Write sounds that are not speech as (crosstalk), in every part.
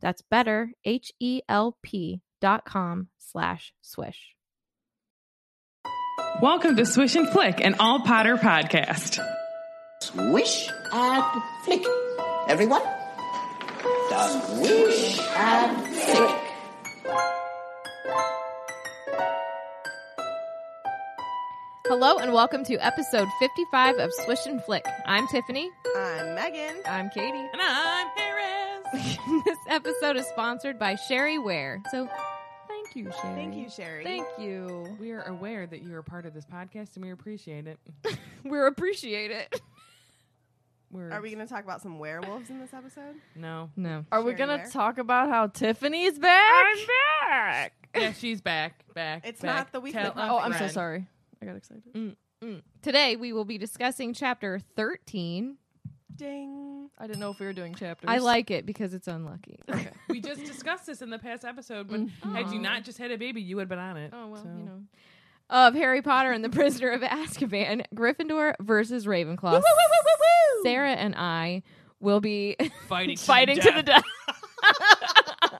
That's better, H-E-L-P dot com slash swish. Welcome to Swish and Flick, an all Potter podcast. Swish and flick. Everyone? Swish and flick. Hello and welcome to episode 55 of Swish and Flick. I'm Tiffany. I'm Megan. I'm Katie. And I'm Harris. (laughs) this episode is sponsored by Sherry Ware. So thank you, Sherry. Thank you, Sherry. Thank (laughs) you. We are aware that you are part of this podcast and we appreciate it. We appreciate it. We're, Are we going to talk about some werewolves in this episode? No. No. Are we Sherry gonna Ware. talk about how Tiffany's back? I'm back. Yeah, she's back. Back. It's back. not the week Tell that- a Oh, I'm so friend. sorry. I got excited. Today we will be discussing chapter 13. Ding. I didn't know if we were doing chapters. I like it because it's unlucky. (laughs) Okay. (laughs) We just discussed this in the past episode, but had you not just had a baby, you would have been on it. Oh well, So- you know. Of Harry Potter and the (laughs) Prisoner of Azkaban, Gryffindor versus Ravenclaw. Sarah and I will be (laughs) Fighting, fighting to the death. death.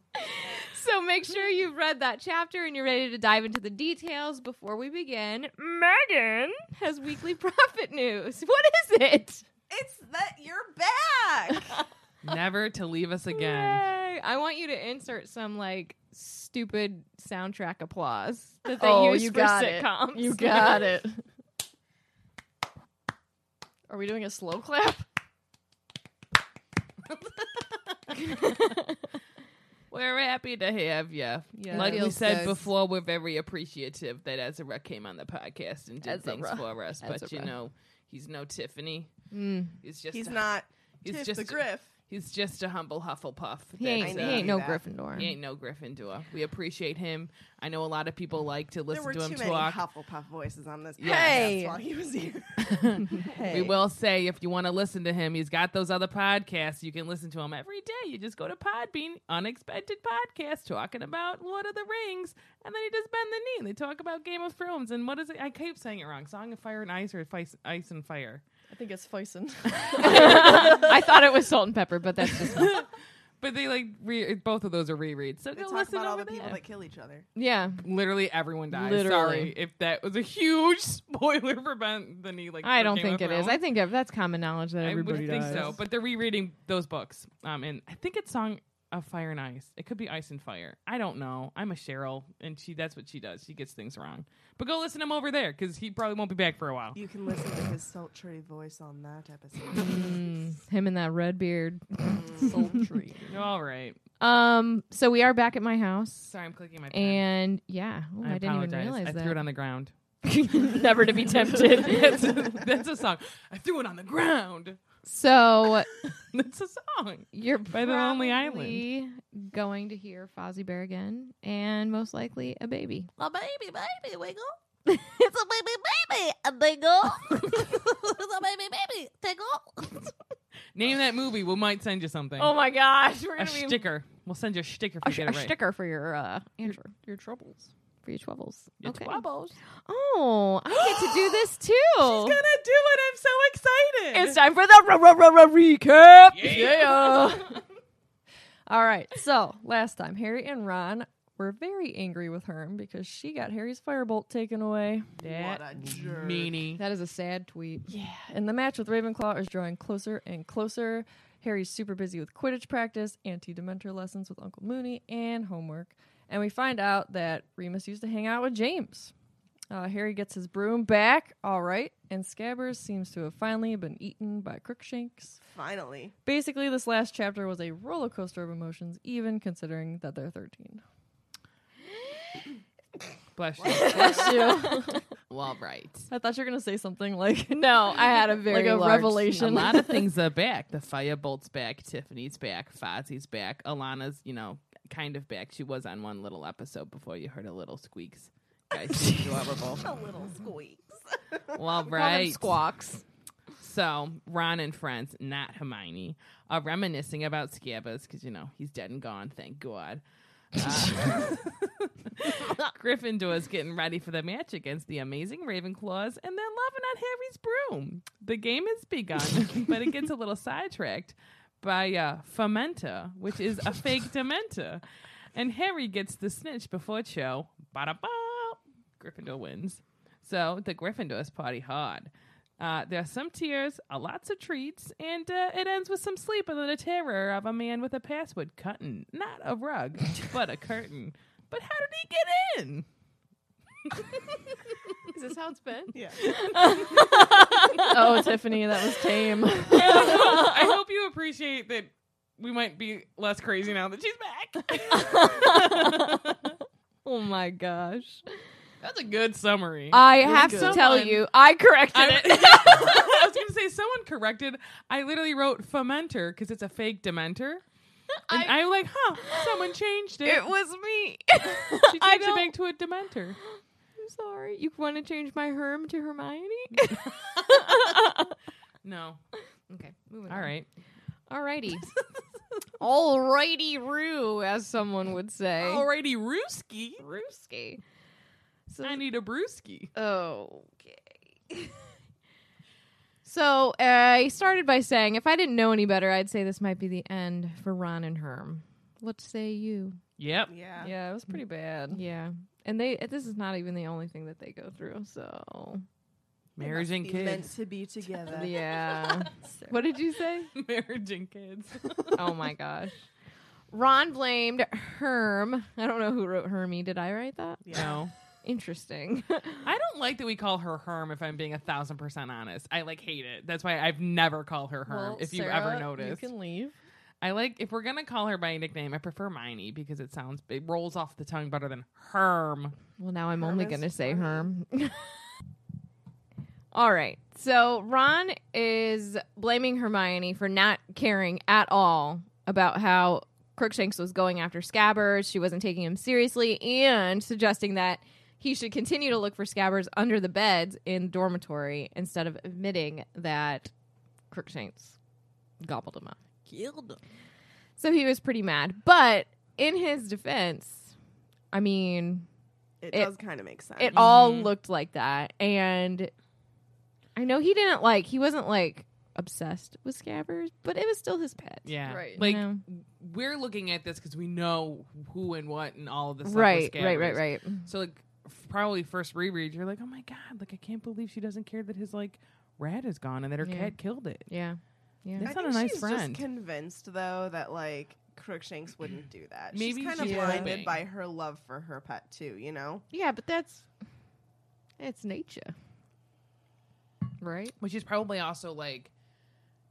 (laughs) so make sure you've read that chapter and you're ready to dive into the details before we begin. Megan has weekly (laughs) profit news. What is it? It's that you're back. Never to leave us again. Yay. I want you to insert some like stupid soundtrack applause that they Oh, use you for got it. sitcoms. You got it. (laughs) Are we doing a slow clap? We're happy to have you. Yeah. like we Feels said good. before, we're very appreciative that Ezra came on the podcast and did things Ezra. for us. But you Ezra. know, know, he's no Tiffany. Mm. He's just He's a- not he's Tiff just the Griff. He's just a humble Hufflepuff. He that's, ain't, uh, he ain't no (laughs) that. Gryffindor. he ain't no Gryffindor. We appreciate him. I know a lot of people like to There listen were to him too many talk. Hufflepuff voices on this podcast Yeah. Hey. while he was here. We will say if you want to listen to him, he's got those other podcasts. You can listen to him every day. You just go to Podbean, Unexpected Podcast, talking about Lord of the Rings, and then he does Bend the Knee, and they talk about Game of Thrones. And what is it? I keep saying it wrong. Song of Fire and Ice, or Ice, Ice and Fire. I think it's (laughs) Fison. I thought it was salt and pepper, but that's just me. But they like re- both of those are rereads. So They go talk listen about all over the there. people that kill each other. (laughs) yeah. Literally everyone dies. Literally. Sorry if that was a huge (laughs) spoiler for Bend the Knee. Like I for don't Game think of it is. I Thrones. think ev- that's common knowledge that I would everybody think does. so. But they're rereading those books. Um, and I think it's Song of Fire and Ice. It could be Ice and Fire. I don't know. I'm a Cheryl, and she that's what she does. She gets things wrong. But go listen to him over there because he probably won't be back for a while. You can listen to his sultry voice on that episode. Mm, him and that red beard. (laughs) Sultry. All right. Um. So we are back at my house, Sorry, I'm clicking my. pen. and yeah, Ooh, I, I, didn't even apologize. realize I that. threw it on the ground. (laughs) (laughs) Never to be tempted. That's a, that's a song. I threw it on the ground. (laughs) (laughs) so That's a song. you're By the Lonely Island. probably Going to hear Fozzie Bear again, and most likely a baby. A baby, baby, wiggle. it's a baby, baby, a wiggle. it's a baby, baby, tingle. Oh, Name that movie. We might send you something. my gosh, we're a sticker. We'll send you a sticker if A, you sh- get a it right. sticker for your uh, answer. Your troubles. For your troubles. Your okay. troubles. Oh, I get to do (gasps) this too. She's gonna do it. I'm so excited. It's time for the r- r- r- r- recap. Yeah. (laughs) All right. So last time, Harry and Ron were very angry with Herm because she got Harry's firebolt taken away. that What a jerk. meanie. That is a sad tweet. Yeah. And the match with Ravenclaw is drawing closer and closer. Harry's super busy with Quidditch practice, anti Dementor lessons with Uncle Mooney, and homework. And we find out that Remus used to hang out with James. Uh, Harry gets his broom back, all right, and Scabbers seems to have finally been eaten by Crookshanks. Finally. Basically, this last chapter was a roller coaster of emotions, even considering that they're 13. Bless you. well, right. I thought you were going to say something like, (laughs) No, I had a like very a large- (laughs) revelation. A lot of things are back. The firebolt's back. Tiffany's back. Fozzie's back. Alana's, you know, kind of back. She was on one little episode before you heard a little squeaks. Guys, she's adorable. A little squeaks. Well, Call them right. squawks. So Ron and friends, not Hermione, are reminiscing about Scabbers because you know he's dead and gone. Thank God. Uh, (laughs) Gryffindor's getting ready for the match against the amazing Ravenclaws, and they're loving on Harry's broom. The game has begun, but it gets a little sidetracked by uh, Fermenta, which is a fake Dementor, and Harry gets the snitch before Cho. Bada ba! Gryffindor wins. So the Gryffindors party hard. Uh, there are some tears, uh, lots of treats, and uh, it ends with some sleep under the terror of a man with a password cutting. Not a rug, but a curtain. But how did he get (laughs) in? Is this how it's been? (laughs) Yeah. oh, Tiffany, that was (laughs) tame. I hope you appreciate that we might be less crazy now that she's back. oh my gosh. That's a good summary. I have to good. tell Um, Someone- you, I (laughs) corrected I, it. I was going to say someone corrected. I literally wrote fomentor because it's a fake dementor. And I, am like, huh, someone changed it. It was (laughs) she me. I changed it don't- back to a dementor. I'm sorry. You want to change my Herm to Hermione? No. Okay, moving All right. (laughs) Alrighty. Alrighty, Roo, as someone would say. Alrighty, Rooski. Rooski. So I need a brewski. Okay. (laughs) so uh, I started by saying, if I didn't know any better, I'd say this might be the end for Ron and Herm. What say you? Yep. Yeah. Yeah, it was pretty bad. Yeah, and they this is not even the only thing that they go through. So They Marriage must and be kids. Meant to be together. (laughs) yeah, (laughs) what did you say? (laughs) Marriage and kids. Oh my gosh. Ron blamed Herm. I don't know who wrote Hermy. Did I write that? Yeah. no. Interesting. (laughs) I don't like that we call her Herm if I'm being a thousand percent honest. I like hate it. That's why I've never called her Herm, if you've ever noticed. You can leave. I like if we're gonna call her by a nickname, I prefer Miney because it sounds it rolls off the tongue better than Herm. Well, now Oh, I'm only is going to say funny. Herm. (laughs) all right. So Ron is blaming Hermione for not caring at all about how Crookshanks was going after Scabbers. She wasn't taking him seriously and suggesting that he should continue to look for Scabbers under the beds in the dormitory instead of admitting that Crookshanks gobbled him up. Killed him. So he was pretty mad. But in his defense, I mean, It, It- does kind of make sense. it all Mhm. looked like that and i know he didn't like he wasn't like obsessed with scabbers but it was still his pet Yeah, Right. Like No. we're looking at this because we know who and what and all of this. stuff was right right right Scabbers. right So like f- probably first reread, you're like, oh my god, like I can't believe she doesn't care that his like rat is gone and that her Yeah. cat killed it. yeah yeah That's I not a think nice she's friend. Just convinced though that like Crookshanks wouldn't do that. Maybe she's kind of she's blinded hoping. by her love for her pet too. You know. yeah but that's it's nature right But she's probably also like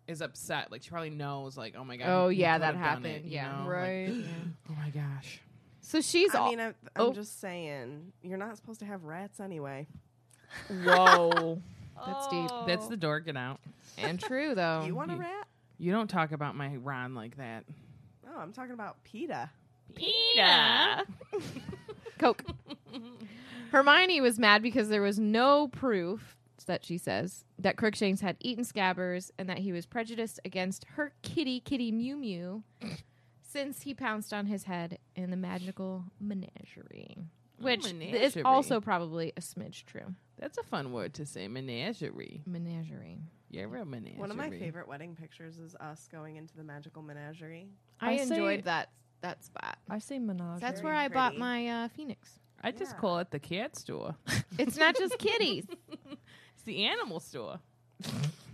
is upset. Like she probably knows, like, oh my god. Oh, he- he yeah, could that have done it, happened. you Yeah. know? Like, oh my gosh. so she's I all mean, I, I'm oh. just saying, you're not supposed to have rats anyway. Whoa. that's deep That's Oh. the door. Get out. and true though you want a he- rat? You don't talk about my Ron like that. No, I'm talking about PETA. Peta. (laughs) Coke. Hermione was mad because there was no proof that she says that Crookshanks had eaten Scabbers and that he was prejudiced against her kitty, kitty Mew Mew, since he pounced on his head in the magical menagerie, Oh, which is menagerie. also probably a smidge true. That's a fun word to say, menagerie. Menagerie. You're a menagerie. One of my favorite wedding pictures is us going into the magical menagerie. I, I say- enjoyed that that spot. I say menagerie. That's Very where I bought pretty. my uh, phoenix. I just Yeah. call it the cat store. (laughs) It's not just (laughs) kitties. It's the animal store.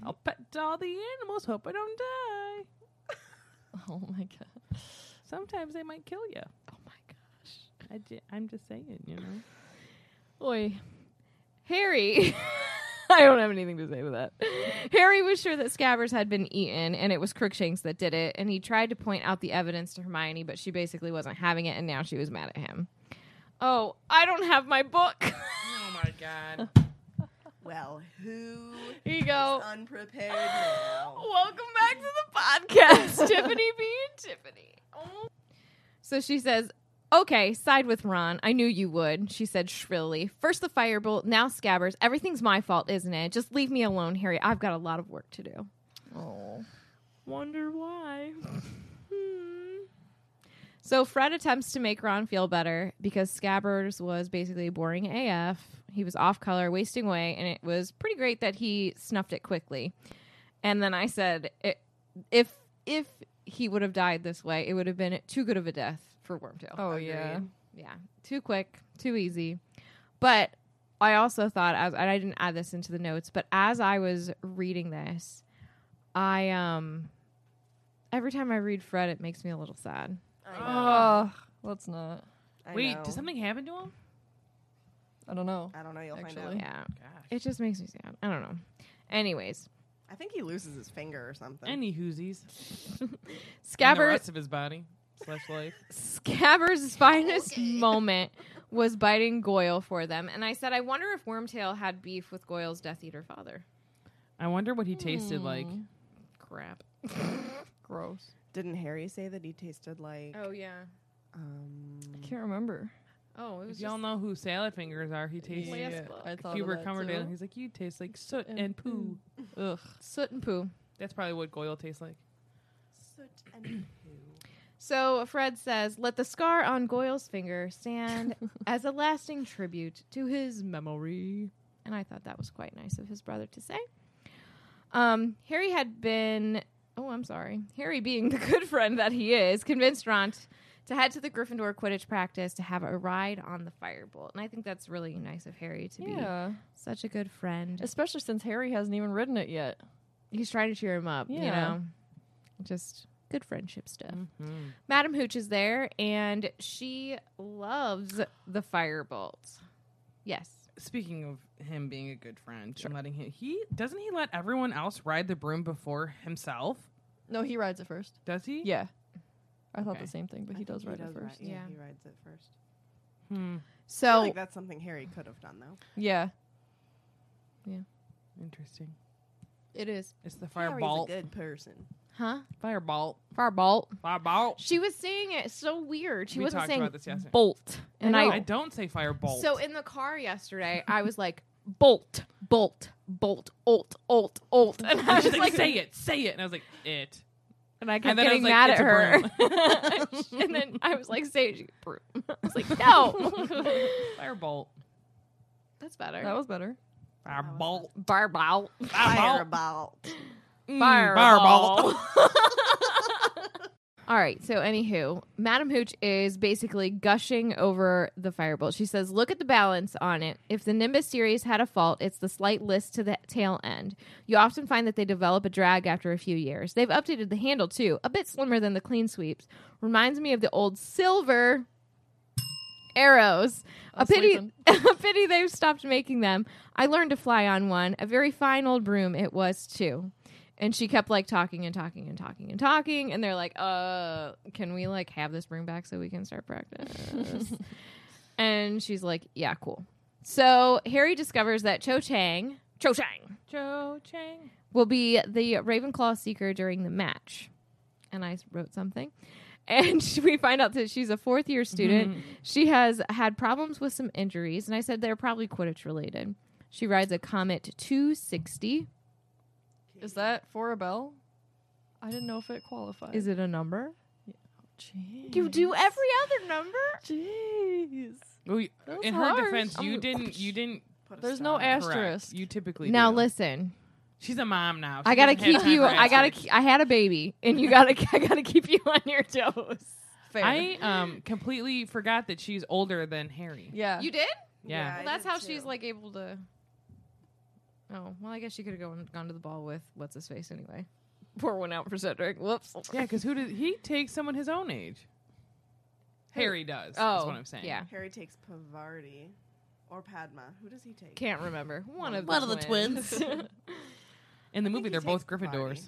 I'll pet all the animals. Hope I don't die. (laughs) Oh my god. Sometimes they might kill you. Oh my gosh. I j- I'm just saying, you know. Boy. Harry. (laughs) I don't have anything to say with that. Harry was sure that Scabbers had been eaten and it was Crookshanks that did it, and he tried to point out the evidence to Hermione, but she basically wasn't having it, and now she was mad at him. Oh, I don't have my book. Oh my (laughs) god. Well, who is Here you go. unprepared now? Welcome back to the podcast, (laughs) Tiffany B and Tiffany. Oh. So she says, Okay, side with Ron. I knew you would, she said shrilly. First the firebolt, now scabbers. Everything's my fault, isn't it? Just leave me alone, Harry. I've got a lot of work to do. Oh. Wonder why. Hmm. So Fred attempts to make Ron feel better because Scabbers was basically boring AF. He was off color, wasting away, and it was pretty great that he snuffed it quickly. And then I said, i if if he would have died this way, it would have been too good of a death for Wormtail. Oh yeah. Yeah, too quick, too easy. But I also thought as and I didn't add this into the notes, but as I was reading this, I um every time I read Fred, it makes me a little sad. I know. Oh, let's not. I Wait, know. did something happen to him? I don't know. I don't know. You'll Actually. find out. Yeah, Gosh. it just makes me sad. I don't know. Anyways, I think he loses his finger or something. Any hoosies. And Uh, the Scabbers rest of his body slash life. Scabbers' finest moment was biting Goyle for them, and I said, I wonder if Wormtail had beef with Goyle's Death Eater father. I wonder what he tasted like. (laughs) Crap. Gross. Didn't Harry say that he tasted like? Oh yeah. Um, I can't remember. Oh, it was If y'all just- know who salad fingers are, he tastes Well, yes, like well, I if thought you of were that, Coverdale, too. he's like, you taste like soot And and, poo. (laughs) Ugh. soot and poo. That's probably what Goyle tastes like. soot and poo. So Fred says, "Let the scar on Goyle's finger (laughs) stand as a lasting tribute to his memory." And I thought that was quite nice of his brother to say. Um, Harry had been, oh, I'm sorry, Harry being (laughs) the good friend that he is, convinced Ron t- to head to the Gryffindor Quidditch practice to have a ride on the Firebolt, and I think that's really nice of Harry to be Yeah. such a good friend. Especially since Harry hasn't even ridden it yet. He's trying to cheer him up, you Yeah. know, just good friendship stuff. Madam Hooch is there, and she loves the firebolt. Yes. Speaking of him being a good friend and letting him, he doesn't he let everyone else ride the broom before himself? No, he rides it first. Does he? Yeah. I thought Okay. the same thing, but I he think does ride does it first. ri- yeah, Yeah. he rides it first. Hmm. I feel So like that's something Harry could have done though. Yeah. Interesting. it is, It's the Harry's fireball. a good person. huh? Fireball. Firebolt. Fireball. She was saying it so weird. She We wasn't talked saying about this yesterday. bolt, and I, I don't say fireball. So in the car yesterday, I was like bolt, bolt, bolt, olt, olt, olt, (laughs) and I was she's like, like, say it, say it, and I was like, it. and I kept then I getting was like, mad at "It's a her. (laughs) and then I was like, say it, she- broom. I was like, (laughs) no, Fireball. that's better. That was better. Fireball. Fireball. Fireball. Mm, Fireball. (laughs) All right. So, anywho, Madam Hooch is basically gushing over the firebolt. She says, "Look at the balance on it. If the Nimbus series had a fault, it's the slight list to the tail end. You often find that they develop a drag after a few years. They've updated the handle too, a bit slimmer than the clean sweeps. Reminds me of the old silver." arrows. A was pity, (laughs) sleeping. a pity they've stopped making them. I learned to fly on one, a very fine old broom it was too. And she kept like talking and talking and talking and talking, and they're like, "Uh, can we like have this broom back so we can start practice?" (laughs) and she's like, "Yeah, cool." So Harry discovers that Cho Chang, Cho Chang, Cho Chang. will be the Ravenclaw seeker during the match. And I wrote something. (laughs) And we find out that she's a fourth year Mm-hmm. student. She has had problems with some injuries. And I said they're probably Quidditch related. She rides a Comet 260. Is that for a bell? I didn't know if it qualified. Is it a number? Jeez. You do every other number? Jeez. Well, you- That was in harsh. her defense, I'm you gonna- didn't. You didn't. Put a There's star no on it. correct. asterisk. You typically Now do. listen. She's a mom now. I She gotta doesn't have keep time you. for I gotta. asterisks. ke- I had a baby, and you gotta. (laughs) I gotta keep you on your toes. Fair. I um completely forgot that she's older than Harry. yeah. You did. Yeah. I Well, that's did how too. she's like able to. Oh well, I guess she could have gone gone to the ball with what's his face anyway. Pour one out for Cedric. Whoops. Yeah, because who did he takes someone his own age? Harry does. Oh, that's what I'm saying. Yeah, Harry takes Pavardi or Padma. Who does he take? can't remember one of One the of the twins. (laughs) In the movie, he they're both takes Gryffindors.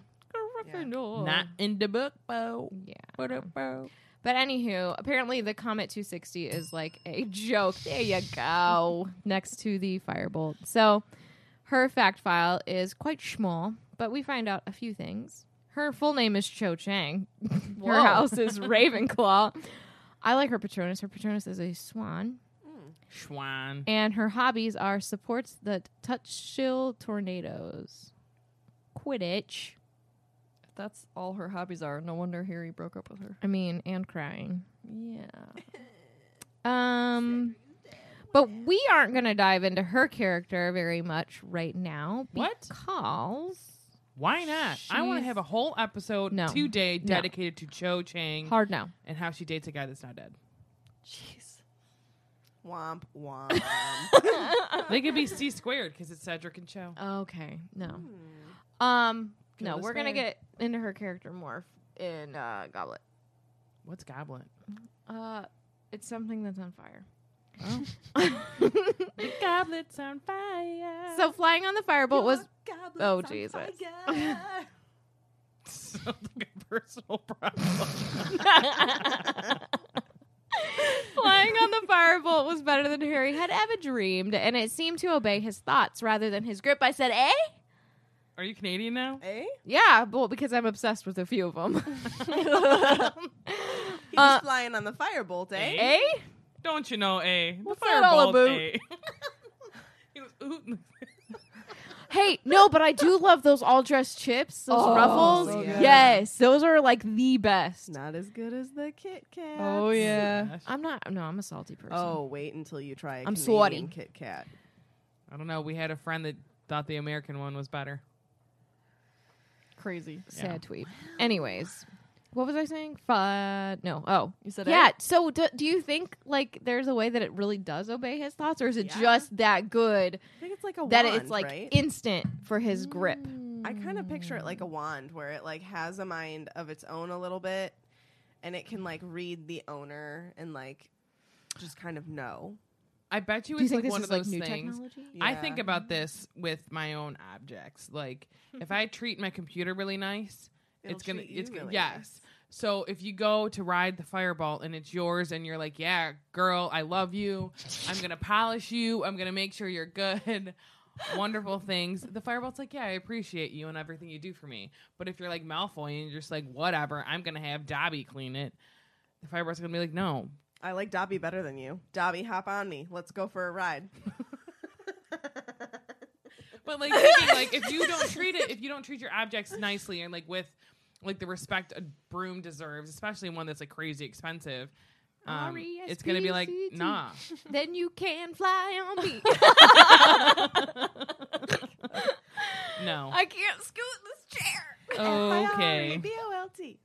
Gryffindor. Not in the book, bo. Yeah. What up, bo? But anywho, apparently the Comet 260 is like a joke. There you go. Next to the Firebolt. So her fact file is quite small, but we find out a few things. Her full name is Cho Chang. (laughs) her house is Ravenclaw. I like her Patronus. Her Patronus is a swan. Schwan. And her hobbies are supports the touch shill tornadoes, Quidditch, If that's all her hobbies are. No wonder Harry broke up with (laughs) her. I mean, and crying. Yeah. (laughs) Um, but we aren't going to dive into her character very much right now. What? Because Why not? I want to She's- have a whole episode No. today No. dedicated to Cho Chang hard no. and how she dates a guy that's not dead. Jeez. Womp womp. they could be C squared because it's Cedric and Cho. Okay, no. Um, Kill no, the we're gonna spider. get into her character more f- in uh, Goblet. What's Goblet? Uh, it's something that's on fire. Oh. (laughs) The goblet's on fire. so flying on the firebolt was oh Jesus. (laughs) Sounds like a personal problem. (laughs) Flying on the firebolt was better than Harry had ever dreamed, and it seemed to obey his thoughts rather than his grip. I said, "Eh, Are you Canadian now? eh? yeah," well, because I'm obsessed with a few of (laughs) them. He's Uh, flying on the firebolt, eh? eh? Don't you know, A? What's that all fireball, about? A. (laughs) he was ooh. Hey, no, but I do love those all dressed chips, those ruffles. so good. yes, those are like the best. Not as good as the Kit Kat. Oh yeah. Gosh. I'm not. No, I'm a salty person. Oh, wait until you try. i I'm Canadian sorry. Kit Kat. I don't know. We had a friend that thought the American one was better. Crazy. sad tweet. Anyways, what was I saying? Fun. No. Oh, You said yeah. So, do, do you think like there's a way that it really does obey his thoughts, or is it Yeah. just that good I think it's like a that wand, it's like right? Mm. instant for his grip? I kind of picture it like a Mm. wand where it like has a mind of its own a little bit and it can like read the owner and like just kind of know. I bet you Do you it's think like this one is of like those new things. technology? I Yeah. think about this with my own objects. Like (laughs) if I treat my computer really nice, It'll it's gonna. treat it's you gonna. really yes. nice. So if you go to ride the fireball and it's yours and you're like, yeah, girl, I love you. I'm gonna polish you. I'm gonna make sure you're good. (laughs) Wonderful things. The fireball's like, yeah, I appreciate you and everything you do for me. But if you're like Malfoy and you're just like, whatever, I'm gonna have Dobby clean it. The fireball's gonna be like, no, I like Dobby better than you. Dobby, hop on me. Let's go for a ride. But like thinking, like if you don't treat it, if you don't treat your objects nicely and like with like the respect a broom deserves, especially one that's like crazy expensive, um, it's gonna be like R.E.S.P.C.T.. nah. then you can fly on me. No. (laughs) I can't scoot this chair. okay. (laughs) E B O L T.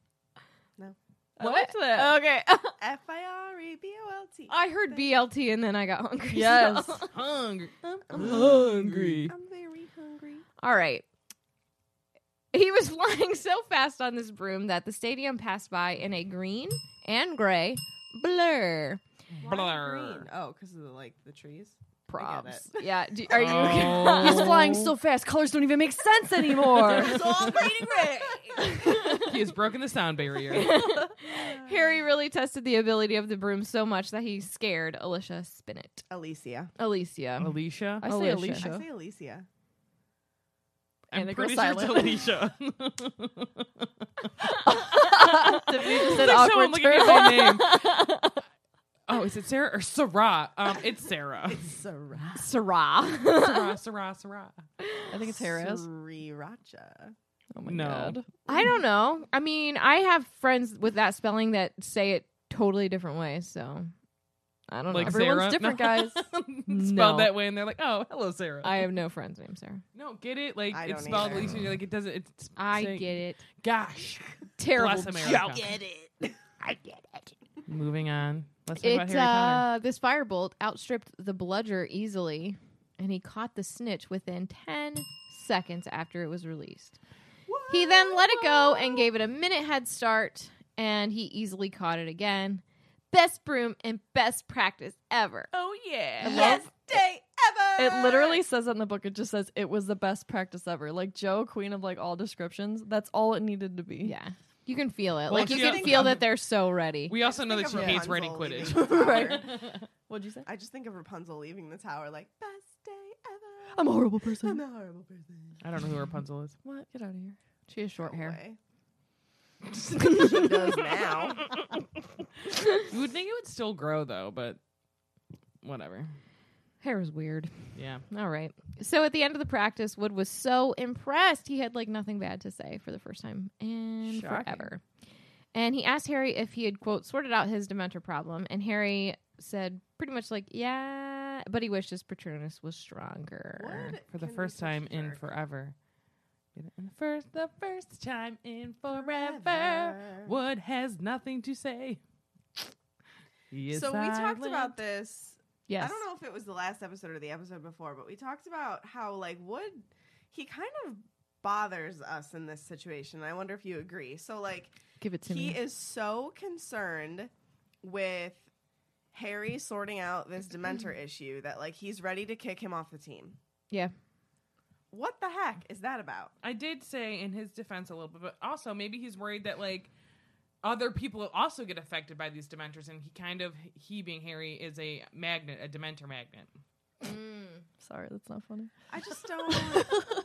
I liked that. Okay. F I R E B O L T. I heard BLT and then I got hungry. Yes. so- Hungry. I'm Hungry. very hungry. All right. He was (laughs) flying so fast on this broom that the stadium passed by in a green and gray blur. Blur. Oh, because of the, like the trees. I get Props. Yeah. Do, are you? Oh. (laughs) He's flying so fast, colors don't even make sense (laughs) anymore. Oh. He has broken the sound (laughs) barrier. (laughs) Harry really tested the ability of the broom so much that he scared Alicia Spinnet. Alicia. Alicia. Alicia. Oh, I say Alicia. I Alicia. say Alicia. I'm And it pretty goes sure it's (laughs) silent. Alicia. Tiffany just It's said like someone awkward looking turn. at my name. (laughs) Oh, is it Sarah or Sarah? Um, it's Sarah. Sarah. (laughs) Sarah, Sarah, Sarah. I think it's Harris. Sriracha. Oh my No. (laughs) god. I don't know. I mean, I have friends with that spelling that say it totally different ways, so I don't Like know. Everyone's Sarah? different, No. (laughs) guys. No. spelled that way, and they're like, "Oh, hello, Sarah." I have no friend's name, Sarah. no get it. Like I it's don't spelled either. Alicia. and You're like, it doesn't. It's I saying- get it. Gosh, Terrible bless America. joke. Get it. I get it. Moving on. Let's talk about It Harry Potter. uh, this firebolt outstripped the bludger easily, and he caught the snitch within ten seconds after it was released. He then let it go and gave it a minute head start, and he easily caught it again. Best broom and best practice ever. Oh yeah. Best day ever. It literally says that in the book. It just says it was the best practice ever. Like Joe, queen of like all descriptions. That's all it needed to be. Yeah, you can feel it. Well, like you she- can feel that they're so ready. We also know that she Think of hates writing Rapunzel Quidditch. (laughs) leaving (laughs) the (laughs) Right. tower. What'd you say? I just think of Rapunzel leaving the tower like best day ever. I'm a horrible I'm person. a horrible person. I don't know who Rapunzel is. What? Get out of here. she has short No hair. (laughs) way. she does now. You would think it would still grow though, but whatever. Hair is weird. Yeah. All right. So at the end of the practice, Wood was so impressed he had like nothing bad to say for the first time and Shocking. forever. And he asked Harry if he had quote sorted out his dementor problem, and Harry said pretty much like yeah, but he wishes Patronus was stronger. Wood For the can be first such a time in jerk. forever. And the first the first time in forever. Wood has nothing to say. He is So we talked silent. about this. Yes. I don't know if it was the last episode or the episode before, but we talked about how like Wood, he kind of bothers us in this situation. I wonder if you agree. So like Give it to he me. is so concerned with Harry sorting (clears throat) out this Dementor issue that like he's ready to kick him off the team. yeah. What the heck is that about? I did say in his defense a little bit, but also maybe he's worried that like other people also get affected by these dementors and he kind of he being Harry is a magnet, a dementor magnet. Sorry, that's not funny. (laughs) I just don't.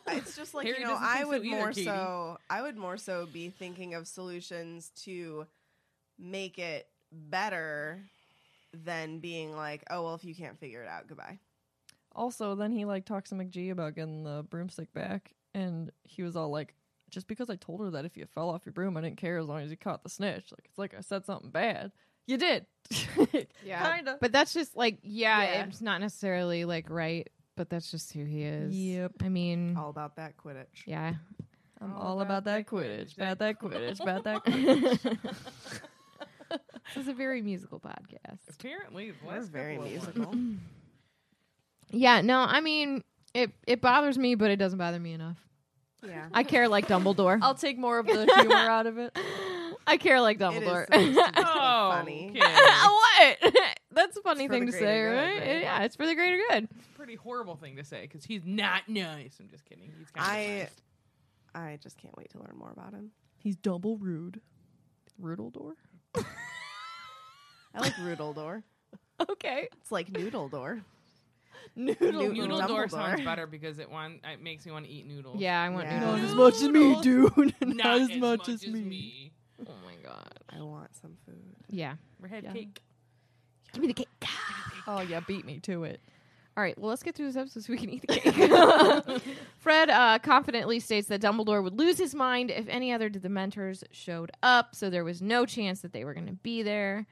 it's just like Harry you know, doesn't think I so would either, more Katie. so. I would more so be thinking of solutions to make it better than being like, oh well, if you can't figure it out, goodbye. Also, then he like talks to McGee about getting the broomstick back, and he was all like, "Just because I told her that if you fell off your broom, I didn't care as long as you caught the snitch. Like it's like I said something bad. You did. (laughs) Yeah. kinda. But that's just like yeah, Yeah. it's not necessarily like right, but that's just who he is. Yep. I mean, All about that Quidditch. Mm-hmm. (laughs) yeah. I'm all, about, that Quidditch. About that Quidditch. About that. Quidditch. this is a very musical podcast. Apparently, the We're last very couple of ones. musical. (laughs) Yeah, no, I mean it it bothers me, but it doesn't bother me enough. yeah. I care like Dumbledore. I'll take more of the humor out of it. (laughs) I care like It is Dumbledore. (laughs) supposed (laughs) to be Oh, funny. okay. what? (laughs) That's a funny It's for thing the to greater say, good, right? right? Yeah, it's for the greater good. Pretty horrible thing to say because he's not nice. I'm just kidding. He's kind of I- nice. I just can't wait to learn more about him. He's double rude. Rudaldor. I like Roodledore. (laughs) Okay. It's like Noodledore. Noodle, Newton door Dumbledore. sounds better because it one it makes me want to eat noodles. Yeah, I want Yeah. noodles. Not as much as me, dude. Not, not (laughs) as much as me. Oh my god. I want some food. (laughs) Yeah. Red Yeah. cake. Give me the cake. Oh yeah, beat me to it. All right, well, let's get through this episode so we can eat the (laughs) cake. Fred uh, confidently states that Dumbledore would lose his mind if any other Dementors showed up, so there was no chance that they were going to be there.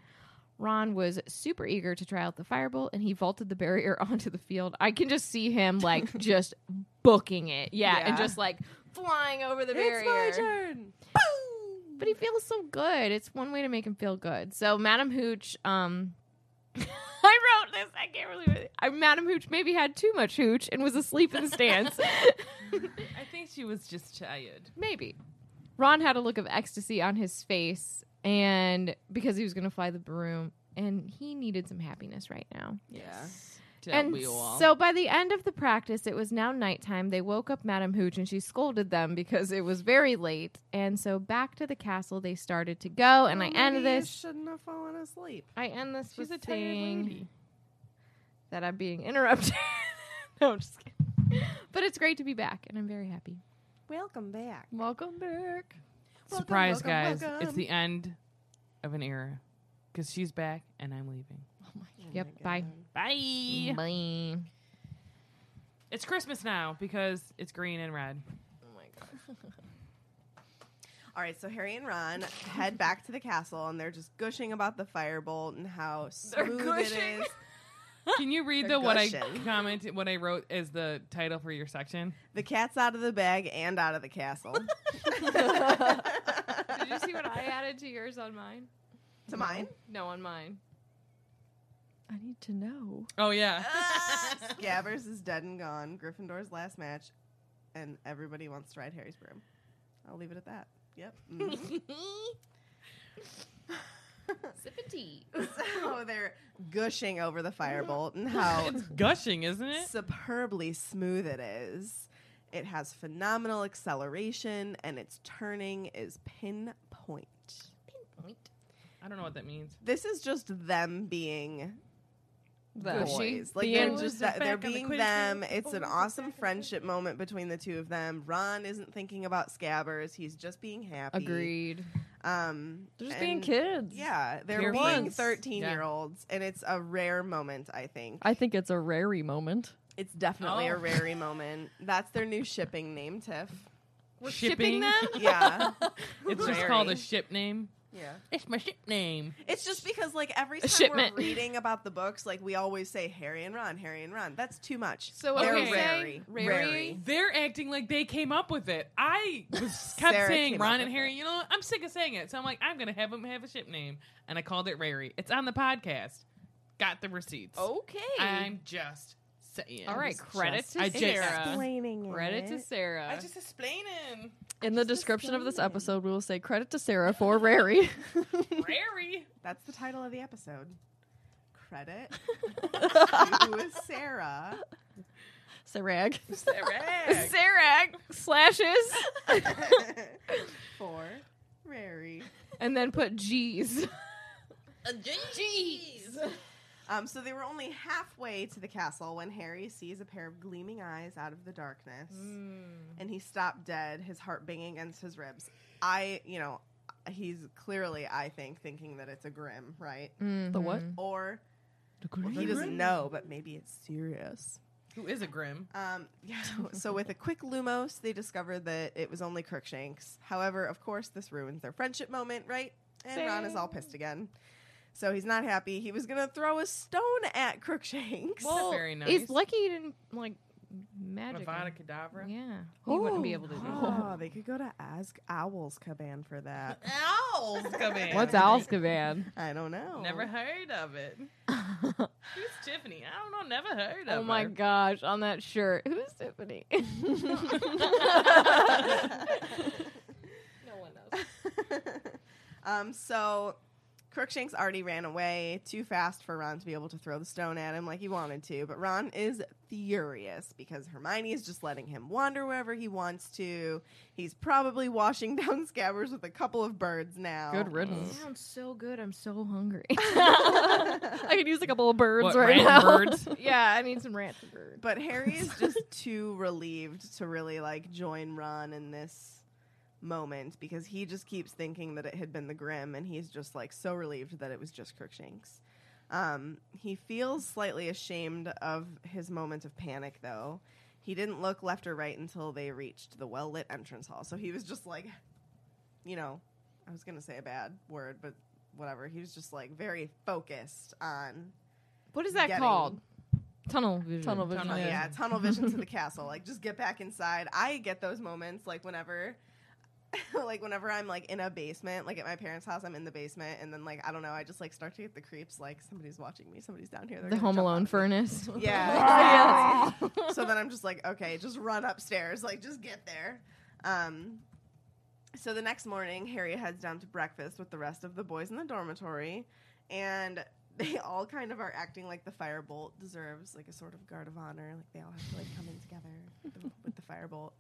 Ron was super eager to try out the firebolt, and he vaulted the barrier (laughs) onto the field. I can just see him like just (laughs) booking it, yeah, and Yeah. just like flying over the barrier. turn. But he feels so good. It's one way to make him feel good. So Madam Hooch, um (laughs) I wrote this. I can't believe it. I, Madam Hooch maybe had too much hooch and was asleep in the (laughs) stands. I think she was just tired. maybe. Ron had a look of ecstasy on his face and because he was going to fly the broom and he needed some happiness right now. Yeah. Don't and we all? so by the end of the practice, it was now nighttime. They woke up Madame Hooch and she scolded them because it was very late. And so back to the castle they started to go. Oh, And I end this. shouldn't have fallen asleep. I end this she's a with tired saying lady. that I'm being interrupted. (laughs) no, I'm just kidding. But it's great to be back, and I'm very happy. Welcome back. Welcome back. Surprise, welcome, guys! welcome. It's the end of an era because she's back and I'm leaving. Oh Mm. yep. Bye. Bye. Bye. (gasps) It's Christmas now because it's green and red. All right, so Harry and Ron head back to the castle, and they're just gushing about the firebolt and how smooth it gushing. is. Can you read They're the what I gushing. commented, what I wrote as the title for your section? The cat's out of the bag and out of the castle. Did you see what I added to yours on mine? to mine, No, on mine. I need to know. Oh yeah, (laughs) Scabbers is dead and gone. Gryffindor's last match, and everybody wants to ride Harry's broom. I'll leave it at that. Yep. Mhm. (laughs) Sippity. so they're gushing over the firebolt and (laughs) how it's gushing, isn't it? superbly smooth it is. It has phenomenal acceleration, and its turning is pinpoint. I don't know what (laughs) that means. This is just them being Them. boys. Like The they're end. just Always that, they're back on the being Quidditch them. team. Oh, It's an awesome friendship moment between the two of them. Ron isn't thinking about scabbers. He's just being happy. Agreed. Um, They're just being and- kids. Yeah, they're Pure being ones. thirteen year Yeah. olds, and it's a rare moment. I think I think it's a rarey moment. it's definitely a Oh. rare moment. That's their new shipping name, (laughs) Tiff. We're Shipping them? Yeah, It's just Very. called a ship name. yeah. (laughs) It's my ship name. It's just because like every time shipment. we're reading about the books, like we always say Harry and Ron, Harry and Ron. That's too much. So what they're do we say? rary. Rary? Rary. They're acting like they came up with it. I (laughs) was kept Sarah saying came Ron up and with Harry. You know, what? I'm sick of saying it, so I'm like, I'm gonna have them have a ship name, and I called it Rary. It's on the podcast. Got the receipts. Okay. I'm just saying. All right. Just- Credit to I just- Sarah. Explaining Credit to it. Sarah. I just explaining. In the description of this episode, we will say credit to Sarah for rarey. (laughs) Rary. That's the title of the episode. (laughs) Credit to Sarah. (laughs) Sarag. (laughs) Sarah. Sarah slashes for Rary. (laughs) and then put G's. Um, so they were only halfway to the castle when Harry sees a pair of gleaming eyes out of the darkness, Hmm. and he stopped dead, his heart banging against his ribs. I, you know, he's clearly, I think, thinking that it's a grim, right? The what? Mm-hmm. Or well, he doesn't know, but maybe it's serious. Who is a grim? Um, yeah. (laughs) so with a quick Lumos, they discovered that it was only Crookshanks. However, of course, this ruins their friendship moment, right? And Ron is all pissed again. So he's not happy. He was gonna throw a stone at Crookshanks. Well, very nice. He's lucky he didn't like magic. Oh, Avada him. Kedavra. Yeah, he wouldn't be able to do that. Ah, they could go to Ask Owl's Caban for that. (laughs) Owls (laughs) come in. What's Alskaban? I don't know. Oh. Never heard (laughs) of it. Who's Tiffany? I don't know. Never heard of Oh my her. gosh, on that shirt. (laughs) Who's (laughs) Tiffany? No one knows. (laughs) um, so Crookshanks already ran away too fast for Ron to be able to throw the stone at him like he wanted to, but Ron is furious because Hermione is just letting him wander wherever he wants to. He's probably washing (laughs) down scabbers with a couple of birds now. Good riddance. Sounds so good. I'm so hungry. I could use a couple of birds What, right random (laughs) now. birds? (laughs) yeah, I need some ranch bird. (laughs) But Harry is (laughs) just too relieved to really like join Ron in this moment because he just keeps thinking that it had been the Grim, and he's just like so relieved that it was just Crookshanks. Um, he feels slightly ashamed of his moment of panic, though. He didn't look left or right until they reached the well lit entrance hall. So he was just like, you know, I was going to say a bad word, but whatever. He was just like very focused on What is that Getting- called? Tunnel vision. Tunnel (laughs) (laughs) vision. Tunnel- Yeah. yeah, tunnel vision to the castle. Like, just get back inside. I get those moments, like whenever, (laughs) like whenever I'm like in a basement, like at my parents' house, I'm in the basement, and then like I don't know, I just like start to get the creeps. Like somebody's watching me, somebody's down here. they're The gonna Home jump Alone on me. furnace. (laughs) (laughs) Yeah. exactly. so then I'm just like, okay, just run upstairs. Like, just get there. Um, so the next morning, Harry heads down to breakfast with the rest of the boys in the dormitory, and they all kind of are acting like the firebolt deserves like a sort of guard of honor. Like they all have to like come in together with the, with the firebolt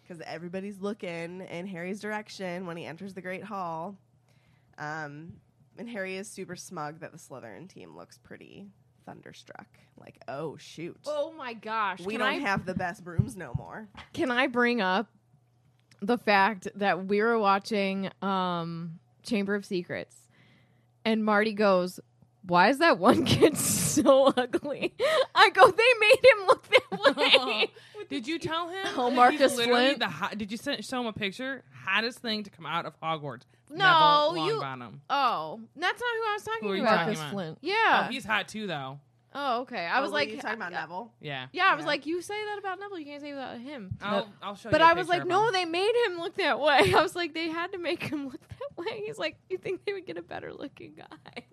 because everybody's looking in Harry's direction when he enters the Great Hall. Um, and Harry is super smug that the Slytherin team looks pretty thunderstruck. Like, oh shoot, Oh my gosh. we can don't I, have the best brooms no more. Can I bring up the fact that we were watching um Chamber of Secrets and Marty goes, why is that one (laughs) kid so ugly? I go, they made him look (laughs) that way. Did you tell him? Oh, that Marcus he's literally Flint. The hot, did you send, show him a picture? Hottest thing to come out of Hogwarts. No, Neville you- Longbottom. oh, that's not who I was talking Who are you about. talking Marcus about? (laughs) Flint. Yeah. Oh, Oh, he's hot too, though. okay. I was like, you talking about yeah, Neville. Yeah. yeah, I was Yeah. like, like, you say that about Neville, you can't say that about him. I'll, I'll show But you. a I was picture like, of no, him. they made him look that way. (laughs) I was like, they had to make him (laughs) look that way. He's like, you think they would get a better looking (laughs) guy?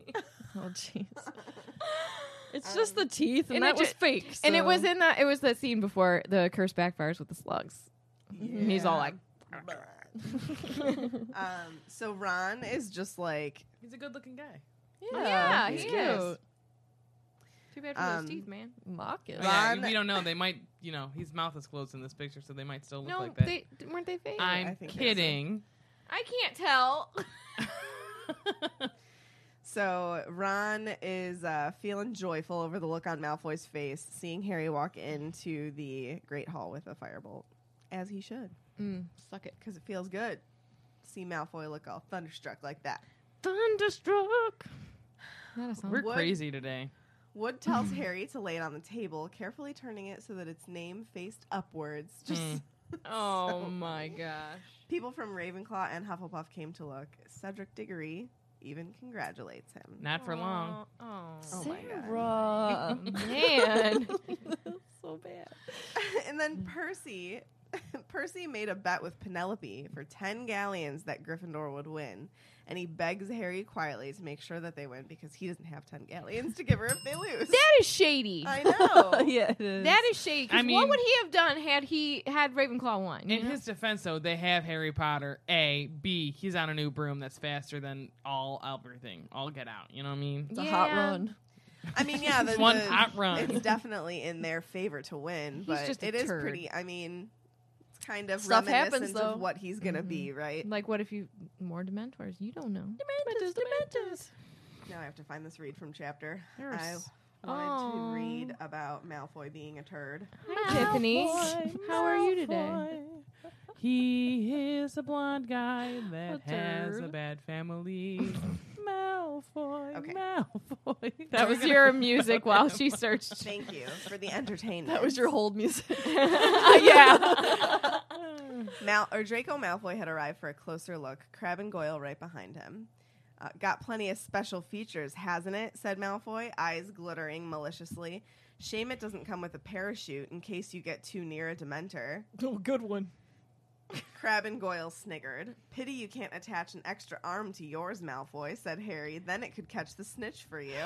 Oh jeez. It's just the teeth, and, and that it was ju- fake. And it so- was in that it was that scene before the curse backfires with the slugs. And He's all (laughs) like, um, so Ron is just like He's a good-looking guy. yeah, he's he cute. is. Too bad for Um, those teeth, man. Marcus. (laughs) Oh, yeah, Ron- we don't know. They might, you know, his mouth is closed in this picture, so they might still look No, like that. they weren't they fake. I, I'm I think they are. kidding. can't tell. So Ron is uh, feeling joyful over the look on Malfoy's face, seeing Harry walk into the Great Hall with a firebolt, as he should, Mm, suck it. because it feels good. to See Malfoy look all thunderstruck like that. Thunderstruck. We're Wood. crazy today. (laughs) Wood tells Harry to lay it on the table, carefully turning it so that its name faced upwards. Just Mm. Hmm. Oh my gosh. people from Ravenclaw and Hufflepuff came to look. Cedric Diggory even congratulates him. Not for long. Oh, Oh my (laughs) God. (laughs) man. so bad. (laughs) and then Percy, (laughs) Percy made a bet with Penelope for ten galleons that Gryffindor would win, and he begs Harry quietly to make sure that they win because he doesn't have ten galleons to give her if they lose. that is shady. (laughs) I (laughs) know. (laughs) yeah, it is. That is shady. 'cause I mean- what would he have done had he had Ravenclaw won? you In know? his defense, though, they have Harry Potter. A, B, he's on a new broom that's faster than all everything. All get out. You know what I mean? it's a hot Yeah. run. I mean, yeah, the, It's one the- hot run. (laughs) It's definitely in their favor to win, but just a it is turd. pretty. I mean, it's kind of Stuff happens, reminiscent though. of what he's gonna be, right? Like, what if you more Dementors? You don't know. Dementors, Dementors. Now I have to find this read from chapter. There are I s- wanted Oh. to read about Malfoy being a turd. Hi, Tiffany. (laughs) How are you today? He is a blonde guy that A has a turd. bad family. Malfoy. Okay. Malfoy. That was your music while she searched. Thank you for the entertainment. That was (laughs) your hold music. (laughs) yeah. Mal- or Draco Malfoy had arrived for a closer look, Crab and Goyle right behind him. Uh, got plenty of special features, hasn't it? said Malfoy, eyes glittering maliciously. Shame it doesn't come with a parachute in case you get too near a Dementor. (laughs) oh, good one. Crab and Goyle sniggered. Pity you can't attach an extra arm to yours, Malfoy, said Harry. Then it could catch the snitch for you. (laughs)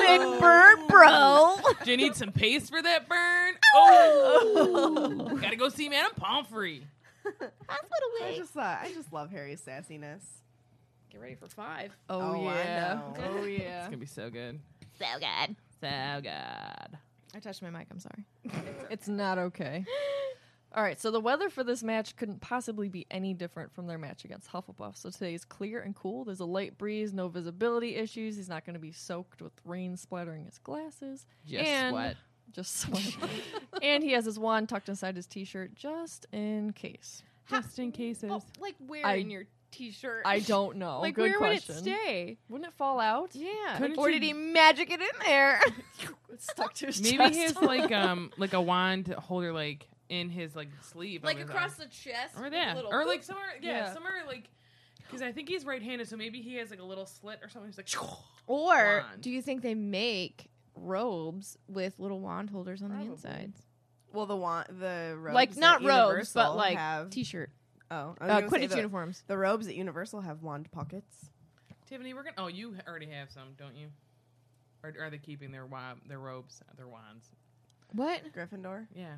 Sick bird, bro. Do you need some paste for that burn? Oh, gotta go see Madame Pomfrey. I just, uh, I just love Harry's sassiness. Get ready for five. oh, yeah. I know. Oh, It's yeah. gonna be so good. So good. So good. I touched my mic. I'm sorry. It's not okay. All right, so the weather for this match couldn't possibly be any different from their match against Hufflepuff. So today is clear and cool. There's a light breeze, no visibility issues. He's not going to be soaked with rain splattering his glasses. Just and sweat. Just sweat. (laughs) and he has his wand tucked inside his t-shirt just in case. Just in cases. Well, Oh, like, where I- in your t-shirt? I don't (laughs) know. Like, Good where question. would it stay? Wouldn't it fall out? Yeah. Couldn't or you- did he magic it in (laughs) there? It's (laughs) stuck (laughs) to his Maybe chest. he has like um like a wand holder like in his like sleeve, Like of his across arm. the chest. or with a yeah, little- or like somewhere yeah, Yeah. somewhere like because I think he's right-handed, so maybe he has like a little slit or something. He's like, (laughs) Or Wand. do you think they make robes with little wand holders on the insides? Well, the wa- the robes like at not robes, Universal but like have, t-shirt, oh, I was uh, gonna say Quidditch the- uniforms. The robes at Universal have wand pockets. Tiffany, we're gonna. Oh, you already have some, don't you? Or are they keeping their wa- their robes, their wands? What? Gryffindor. Yeah,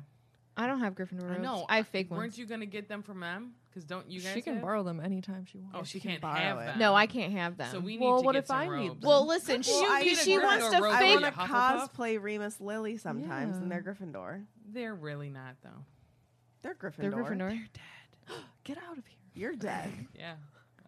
I don't have Gryffindor robes. I know. I have fake Weren't ones. you gonna get them from them? Because don't you guys? she can have- borrow them anytime she wants. Oh, she, can't borrow have it. them. No, I can't have them. So we need Well, to what get if some I need robes. them? well, listen, she, Well, I- she Gryffindor wants to robes. I fake. want to Hufflepuff? cosplay Remus Lily sometimes, and they're Gryffindor. they're really not though. They're Gryffindor. (gasps) They're Gryffindor. Get out of here. (laughs) You're dead. Yeah,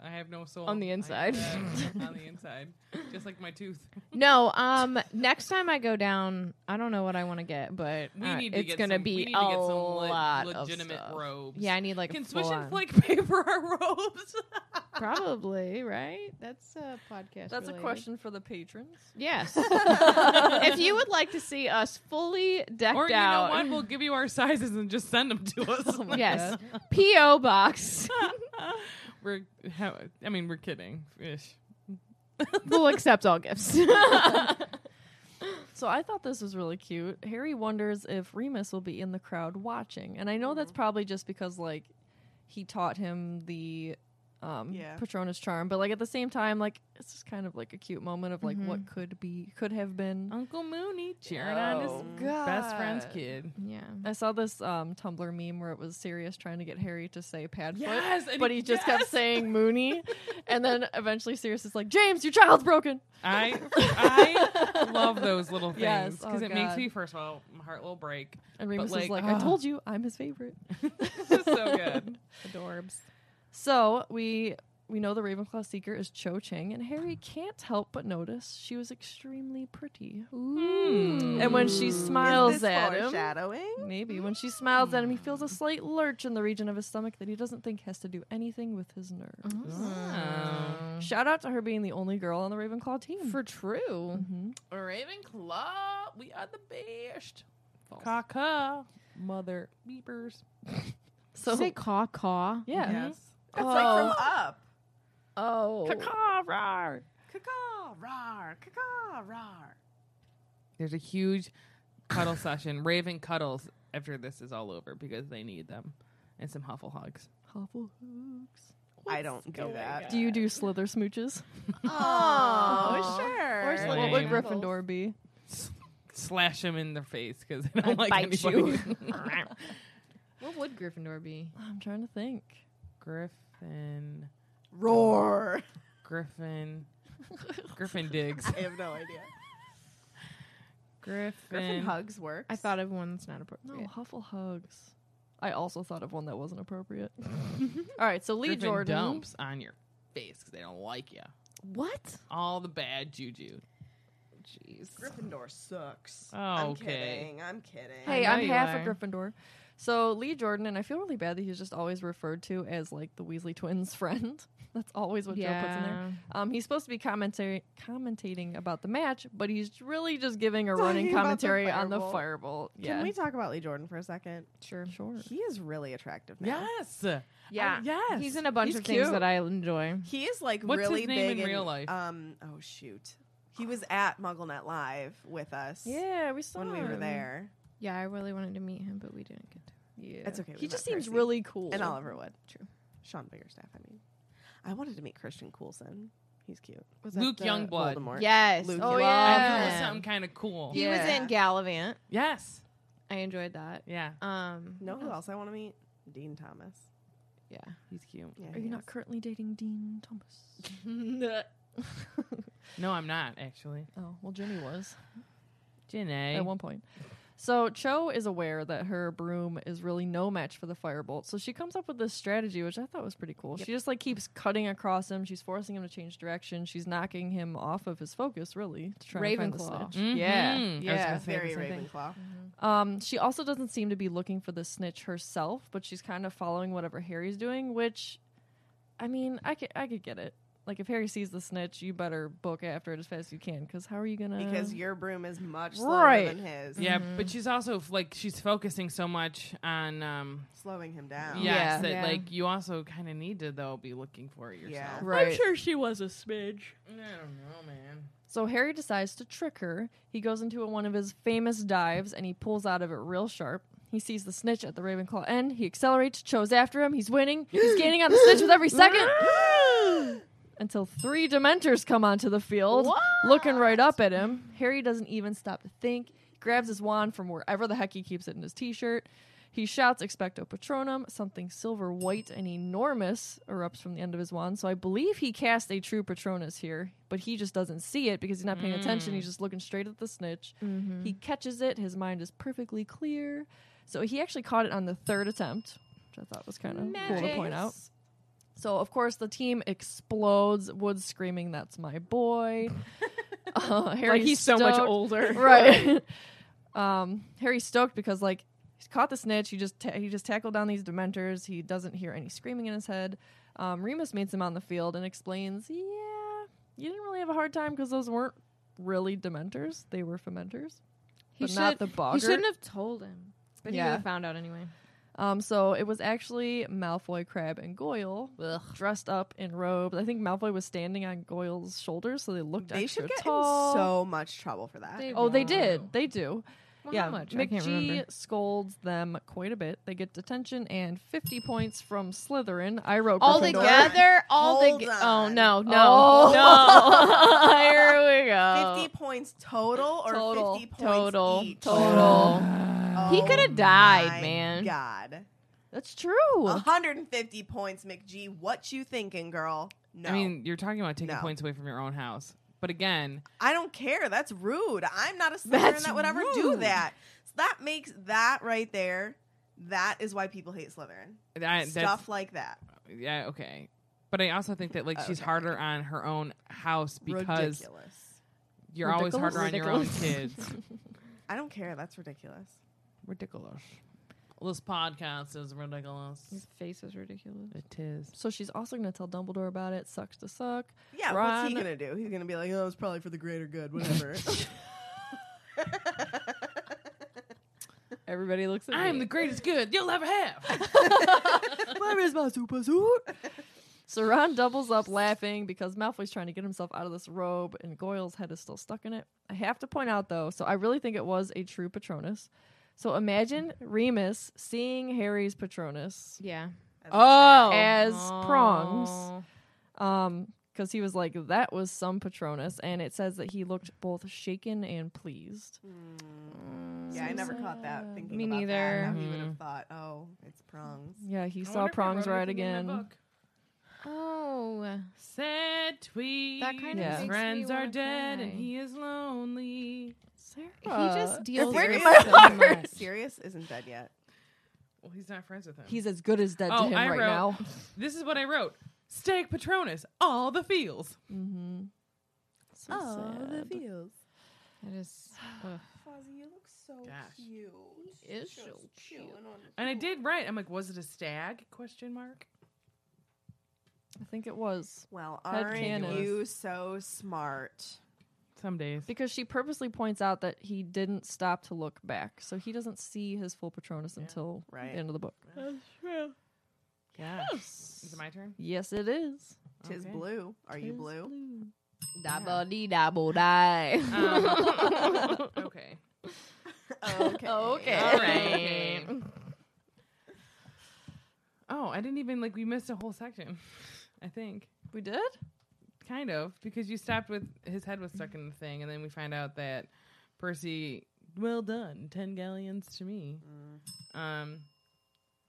I have no soul On the I am inside. dead (laughs) on the inside, just like my tooth. No, um, next time I go down, I don't know what I want to get, but We uh, need to it's get gonna some- be we need a to get some le- lot legitimate of stuff. robes. Yeah, I need like a Can swish full-on- and flake paper (laughs) our robes? (laughs) Probably right. That's a podcast. That's a related. question for the patrons. (laughs) Yes. if you would like to see us fully decked or you know out, what? We'll give you our sizes and just send them to us. Oh, (laughs) (laughs) yes, PO box. we're. ha- I mean, we're kidding. Ish. we'll accept all (laughs) gifts. So I thought this was really cute. Harry wonders if Remus will be in the crowd watching, and I know that's probably just because like he taught him the um, Yeah. Patronus charm, but like at the same time, like it's just kind of like a cute moment of like what could be, could have been. Uncle Mooney cheering on his Oh, best friend's God. kid. yeah. I saw this um, Tumblr meme where it was Sirius trying to get Harry to say Padfoot, Yes, and but (laughs) he- he just yes. kept saying (laughs) Mooney, and then eventually Sirius is like, "James, your child's broken." I I love those little Yes, things because oh it makes God. me first of all my heart will break. And But, Remus is like, uh, ah, "I told you, I'm his favorite." it's just so good. Adorbs. So we we know the Ravenclaw seeker is Cho Chang, and Harry can't help but notice she was extremely pretty. And when she smiles Is this at him, foreshadowing? maybe when she smiles at him, he feels a slight lurch in the region of his stomach that he doesn't think has to do anything with his nerves. Oh. Shout out to her being the only girl on the Ravenclaw team. For true. Ravenclaw, we are the best. Caca, mother beepers. So say caw caw. yeah. Yes. That's like from Up. Oh. Caca, Caw, rar, caw, rar. There's a huge cuddle (laughs) session. Raven cuddles after this is all over because they need them and some huffle hugs. Huffle. I don't do that. Do you do slither smooches? Oh, sure. Or slip What would Lame. Gryffindor be? Slash them in the face because they don't I'd like bite anybody. What would Gryffindor be? I'm trying to think. Griffin, Roar. Griffin, Griffin digs. I have no idea. Griffin, Griffin hugs works. I thought of one that's not No, appropriate. Huffle hugs. I also thought of one that wasn't (laughs) appropriate. All right, so Lee Griffin Jordan. dumps on your face because they don't like you. What? All the bad juju. Jeez. Gryffindor sucks. I'm Oh, Okay. kidding. I'm kidding. Hey, know I'm you half are. a Gryffindor. So Lee Jordan, and I feel really bad that he's just always referred to as like the Weasley twins' (laughs) friend. That's always what Joe puts in there. Yeah. Um, he's supposed to be commentary commentating about the match, but he's really just giving (laughs) a Talking running about the commentary on the fireball. fireball. Yeah, Can we talk about Lee Jordan for a second? sure, sure. He is really attractive now. Yes. Yeah. Uh, yes. He's in a bunch He's of cute. things that I enjoy. He is like What's his really name big in real life? Um, oh shoot, he was at MuggleNet Live with us. Yeah, we saw when we were him. there, Yeah, I really wanted to meet him, but we didn't get to. Yeah, That's okay, we He met just seems Percy. really cool. and Oliver Wood, true. Sean Biggerstaff. I mean, I wanted to meet Christian Coulson. He's cute. Was that Luke the- Youngblood. Voldemort. Yes. Luke oh Youngblood. I knew it was yeah. something kind of cool. He was Yeah. in Gallivant. Yes. I enjoyed that. Yeah. Um. Know who else I want to meet? Dean Thomas. Yeah. He's cute. Yeah, Are he you not is. currently dating Dean Thomas? No, I'm not actually. oh well, Jimmy was. Janae. at one point. So Cho is aware that her broom is really no match for the firebolt. So she comes up with this strategy, which I thought was pretty cool. She just like keeps cutting across him. She's forcing him to change direction. She's knocking him off of his focus, really, to try and find the Ravenclaw. snitch. Mm-hmm. Mhm. I Yeah, was yeah. gonna say Very the same thing. Uh-huh. Ravenclaw. Um, she also doesn't seem to be looking for the snitch herself, but she's kind of following whatever Harry's doing. Which, I mean, I could I could get it. Like if Harry sees the snitch, you better book after it as fast as you can, because how are you gonna? Because your broom is much slower Right. than his. Yeah, but she's also f- like she's focusing so much on um Slowing him down. yes, Yeah. that Yeah. like you also kind of need to though be looking for it yourself. Yeah. right. I don't know, man. So Harry decides to trick her. He goes into a, one of his famous dives and he pulls out of it real sharp. He sees the snitch at the Ravenclaw end. He accelerates, Cho's after him. He's winning. He's gaining on the snitch with every second. Until three Dementors come onto the field, looking right up at him. Harry doesn't even stop to think. He grabs his wand from wherever the heck he keeps it in his t shirt. He shouts Expecto Patronum. Something silver, white, and enormous erupts from the end of his wand. So I believe he cast a true Patronus here, but he just doesn't see it because he's not paying attention. He's just looking straight at the snitch. He catches it. His mind is perfectly clear. So he actually caught it on the third attempt, which I thought was kind of cool to point out. So, of course, the team explodes. Woods screaming, That's my boy. uh, Harry's like he's so much stoked. (laughs) older. (laughs) Right. um, Harry's stoked because, like, he's caught the snitch. He just ta- he just tackled down these dementors. He doesn't hear any screaming in his head. Um, Remus meets him on the field and explains, Yeah, you didn't really have a hard time because those weren't really dementors, they were fomenters. He But not the He boggart? shouldn't have told him, but he would Yeah. have found out anyway. Um, so it was actually Malfoy, Crab, and Goyle dressed up in robes. I think Malfoy was standing on Goyle's shoulders, so they looked They extra should get tall. in so much trouble for that. They oh, they were. did. They do. Well, yeah, how much? McGee I can't remember. scolds them quite a bit. They get detention and 50 points from Slytherin. I wrote All Gryffindor. together, all Hold together. Oh on. no, no, Oh. (laughs) no! Here we go. 50 points total or Total. 50 points Total. each? Total. (sighs) He Oh coulda died, my man. God. That's true. Oh. 150 points, McG. What you thinking, girl? No. I mean, you're talking about taking No. points away from your own house. But again, I don't care. That's rude. I'm not a Slytherin That's that would ever do rude. that. So that makes that right there. That is why people hate Slytherin. that, that's Stuff like that. yeah, okay. But I also think that like she's Okay. harder on her own house because ridiculous. you're always harder on your own kids. I don't care. That's ridiculous. ridiculous. This podcast is ridiculous. His face was ridiculous. It is. So she's also going to tell Dumbledore about it. Sucks to suck. Yeah, what's he Ron- gonna do? He's gonna be like, "Oh, it's probably for the greater good." Whatever. (laughs) Everybody looks at I am me. the greatest good you'll ever have. Where is my super suit? (laughs) So Ron doubles up laughing because Malfoy's trying to get himself out of this robe and Goyle's head is still stuck in it. I have to point out though, so I really think it was a true Patronus. So imagine Remus seeing Harry's Patronus Yeah. Oh, as prongs. Um because he was like, that was some Patronus, and it says that he looked both shaken and pleased. yeah, I So never sad. caught that. Thinking Me about neither. That. Now You would Mhm. have thought, "Oh, it's prongs." Yeah, he saw prongs right again. Oh. Sad tweet. That kind of makes His me friends are wanna dead and cry. he is lonely. he just deals You're with Uh, breaking my so (laughs) much. Sirius isn't dead yet. Well, he's not friends with him. He's as good as dead to Oh, him I right wrote- now. (laughs) this is what I wrote. Steak Patronus, all the feels. Mm-hmm. So sad. Oh, feels. It is. ugh. Fozzie, you look so Gosh. cute. is so cute. And I did write. I'm like, was it a stag? Question mark. I think it was Well, Head aren't cannon. you so smart? Some days. because she purposely points out that he didn't stop to look back, so he doesn't see his full Patronus until right. the end of the book. Yeah. Is it my turn? Yes, it is. Tis Okay. blue. Are you blue? double D, double die. Um, okay. Oh, Okay. Okay. (gasps) All right. oh, I didn't even like. We missed a whole section. I think We did. kind of because you stopped with his head was stuck in the thing, and then we find out that Percy. Well done, ten galleons to me. Mm. Um,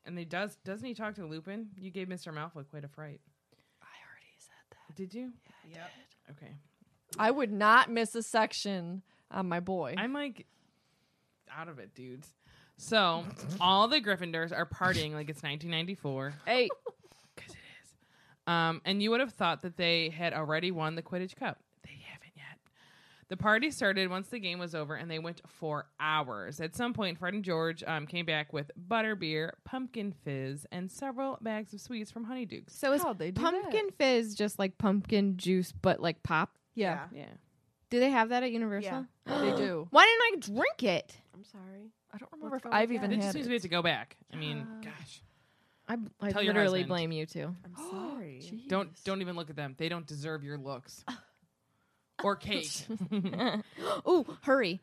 and they does doesn't he talk to Lupin? You gave Mister Malfoy quite a fright. I already said that. Did you? Yep. Okay. (laughs) I would not miss a section on my boy. I'm like out of it, dudes. So all the Gryffindors are partying like it's 1994. Hey, Um, and you would have thought that they had already won the Quidditch Cup. They haven't yet. The party started once the game was over, and they went for hours. At some point, Fred and George um, came back with butterbeer, pumpkin fizz, and several bags of sweets from Honeydukes. So is How'd they do that? pumpkin fizz just like pumpkin juice, but like pop? yeah, Yeah. Do they have that at Universal? (gasps) they do. Why didn't I drink it? I'm sorry. I don't remember if wrong I've with even It had just means we it. Uh, have to go back. I mean, gosh. I, I Tell your literally husband. blame you too. I'm sorry. Don't don't even look at them. They don't deserve your (laughs) looks. Or cake. Ooh, hurry.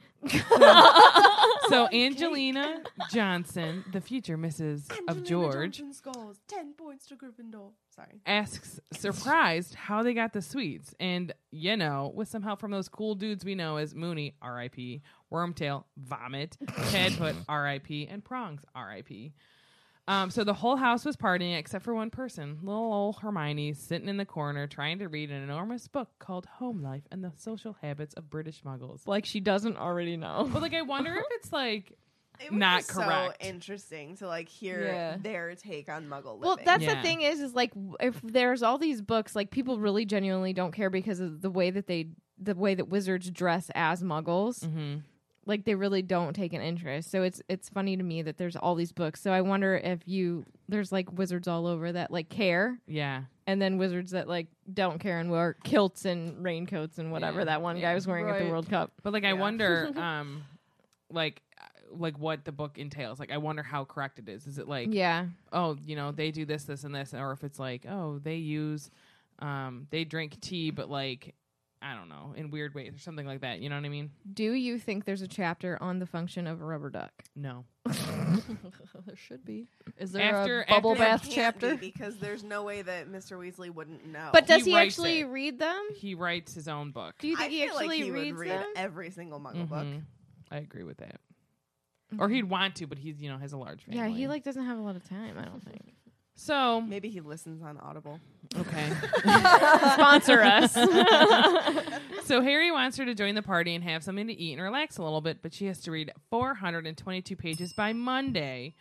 So Angelina Johnson, the future Mrs. of George, scores ten points to Gryffindor. Sorry. asks surprised how they got the sweets, and you know, with some help from those cool dudes we know as Mooney, R.I.P., Wormtail, Vomit, Tadfoot, R.I.P., and Prongs, R.I.P. Um, so the whole house was partying except for one person, little old Hermione, sitting in the corner trying to read an enormous book called Home Life and the Social Habits of British Muggles. (laughs) Like she doesn't already know. But like, I wonder if it's like It was Not just correct. So interesting to like hear Yeah. their take on Muggle living. Well, that's Yeah. the thing is, is like w- if there's all these books, like people really genuinely don't care because of the way that they, the way that wizards dress as muggles. hmm Like they really don't take an interest. So it's it's funny to me that there's all these books. So I wonder if you there's like wizards all over that like care, Yeah. and then wizards that like don't care and wear kilts and raincoats and whatever Yeah, that one guy yeah. was wearing at the Right. World Cup. But like I Yeah. wonder (laughs) um like uh, like what the book entails. Like I wonder how correct it is. Is it like yeah, oh, you know, they do this this and this or if it's like oh, they use um they drink tea but like I don't know, in weird ways or something like that. You know what I mean? Do you think there's a chapter on the function of a rubber duck? No. there should be. Is there After- a bubble after- There bath can't chapter? be because there's no way that Mr. Weasley wouldn't know. But does he he, writes actually it. read them? He writes his own book. Do you I think he feel actually like he reads would read them? every single Muggle book. Mhm. I agree with that. Or he'd want to, but he's you know has a large family. Mm-hmm. yeah, he like doesn't have a lot of time. I don't think. so Maybe he listens on Audible. okay. Sponsor (laughs) us. Oh, so Harry wants her to join the party and have something to eat and relax a little bit, but she has to read 422 pages by Monday.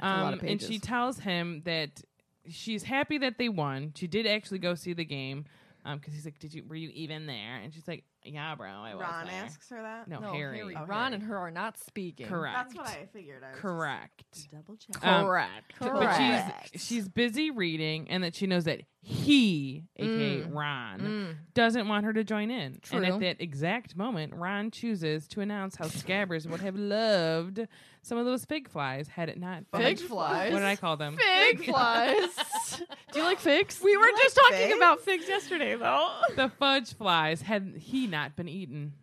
Um, a lot of and she pages. tells him that she's happy that they won. She did actually go see the game because he's like, "Did you? Were you even there?" And she's like, "Yeah, bro, I was." Ron there." asks her that. No, No, Harry. Harry. Oh, Ron Harry. and her are not speaking. Correct. That's what I figured. I was just- Correct. Double check. Um, Correct. But Correct. she's she's busy reading, and that she knows that he, aka Mm. Ron, doesn't want her to join in. And at True. that exact moment, Ron chooses to announce how Scabbers would have loved some of those fig flies had it not been- Fig flies? What did I call them? Fig flies. Do you like figs? We were just talking figs? about figs yesterday, though. The fudge flies had he not been eaten.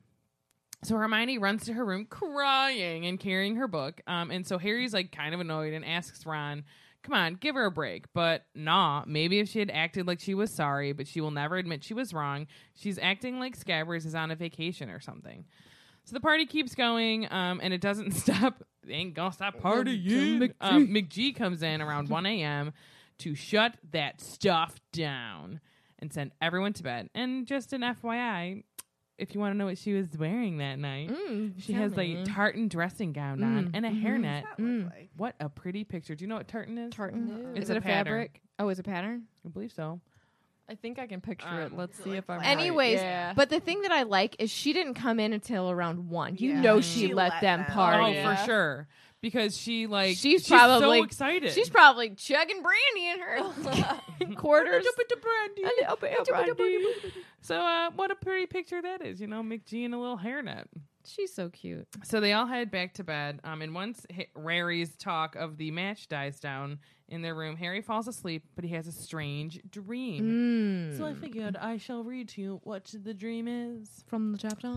So Hermione runs to her room crying and carrying her book. Um, and so Harry's like kind of annoyed and asks Ron, "Come on, give her a break." But nah, maybe if she had acted like she was sorry, but she will never admit she was wrong. She's acting like Scabbers is on a vacation or something. So the party keeps going, um, and it doesn't (laughs) stop. They ain't gonna stop partying. Um, McGee comes in around 1 a.m. to shut that stuff down and send everyone to bed. And just an FYI, if you want to know what she was wearing that night, she has like tartan dressing gown on and a hairnet. Mm. What's that look like? What a pretty picture! Do you know what tartan is? Tartan. It's Is it a a, pattern. fabric? Oh, is it pattern? I believe so. I think I can picture it. Um, Let's see if I'm. right. Anyways, Yeah. but the thing that I like is she didn't come in until around one. You Yeah. know she, She let, let them them. Oh, party. yeah. for sure. Because she like She's so probably- excited. She's probably chugging (laughs) brandy in (laughs) her quarters. So uh, what a pretty picture that is, you know, McGee and a little hairnet. She's so cute. So they all head back to bed. Um, and once H- Rary's talk of the match dies down in their room, Harry falls asleep, but he has a strange dream. Mm. So I figured I shall read to you what the dream is. From the chapter.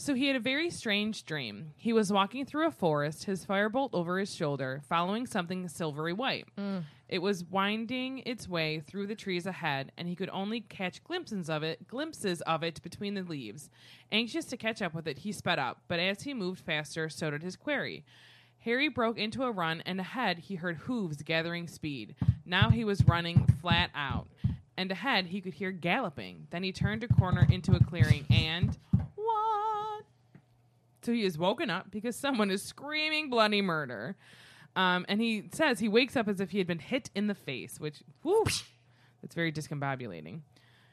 So he had a very strange dream. He was walking through a forest, his firebolt over his shoulder, following something silvery white. It was winding its way through the trees ahead, and he could only catch glimpses of it, glimpses of it between the leaves. Anxious to catch up with it, he sped up, but as he moved faster, so did his quarry. Harry broke into a run, and ahead he heard hooves gathering speed. Now he was running flat out, and ahead he could hear galloping. Then he turned a corner into a clearing, and what? So he is woken up because someone is screaming bloody murder. Um, and he says he wakes up as if he had been hit in the face, which, whoosh, that's very discombobulating.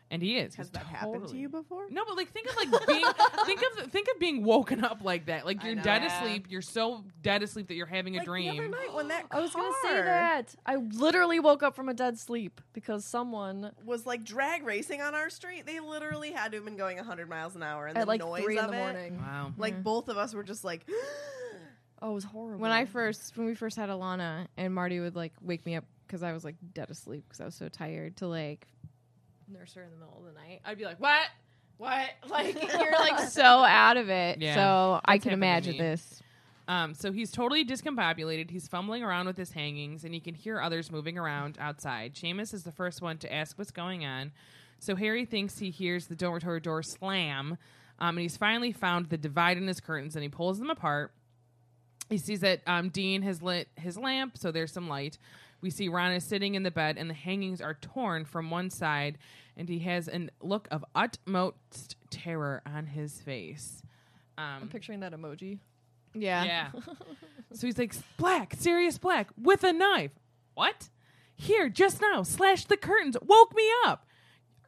And he is. Has He's that happened to totally- you before? no, but like think of like being (laughs) think of think of being woken up like that. Like I you're know. dead Yeah. asleep. You're so dead asleep that you're having a Like, dream. The other night when that I was gonna say car that I literally woke up from a dead sleep because someone was like drag racing on our street. They literally had to have been going 100 miles an hour, and the at like noise three in of the it, morning. Wow. Like both of us were just like, (gasps) Oh, it was horrible. When I first, when we first had Alana, and Marty would like wake me up because I was like dead asleep because I was so tired to like nurse her in the middle of the night. I'd be like, "What? What?" Like you're (laughs) like (laughs) so out of it. Yeah. So I can That's happened to imagine me. this. Um, so he's totally discombobulated. He's fumbling around with his hangings, and he can hear others moving around outside. Seamus is the first one to ask what's going on. So Harry thinks he hears the dormitory door slam, um, and he's finally found the divide in his curtains, and he pulls them apart. He sees that um, Dean has lit his lamp, so there's some light. We see Ron is sitting in the bed, and the hangings are torn from one side, and he has a look of utmost terror on his face. Um, I'm picturing that emoji. Yeah. Yeah. so he's like, Black, serious Black, with a knife. What? Here, just now, slashed the curtains, woke me up.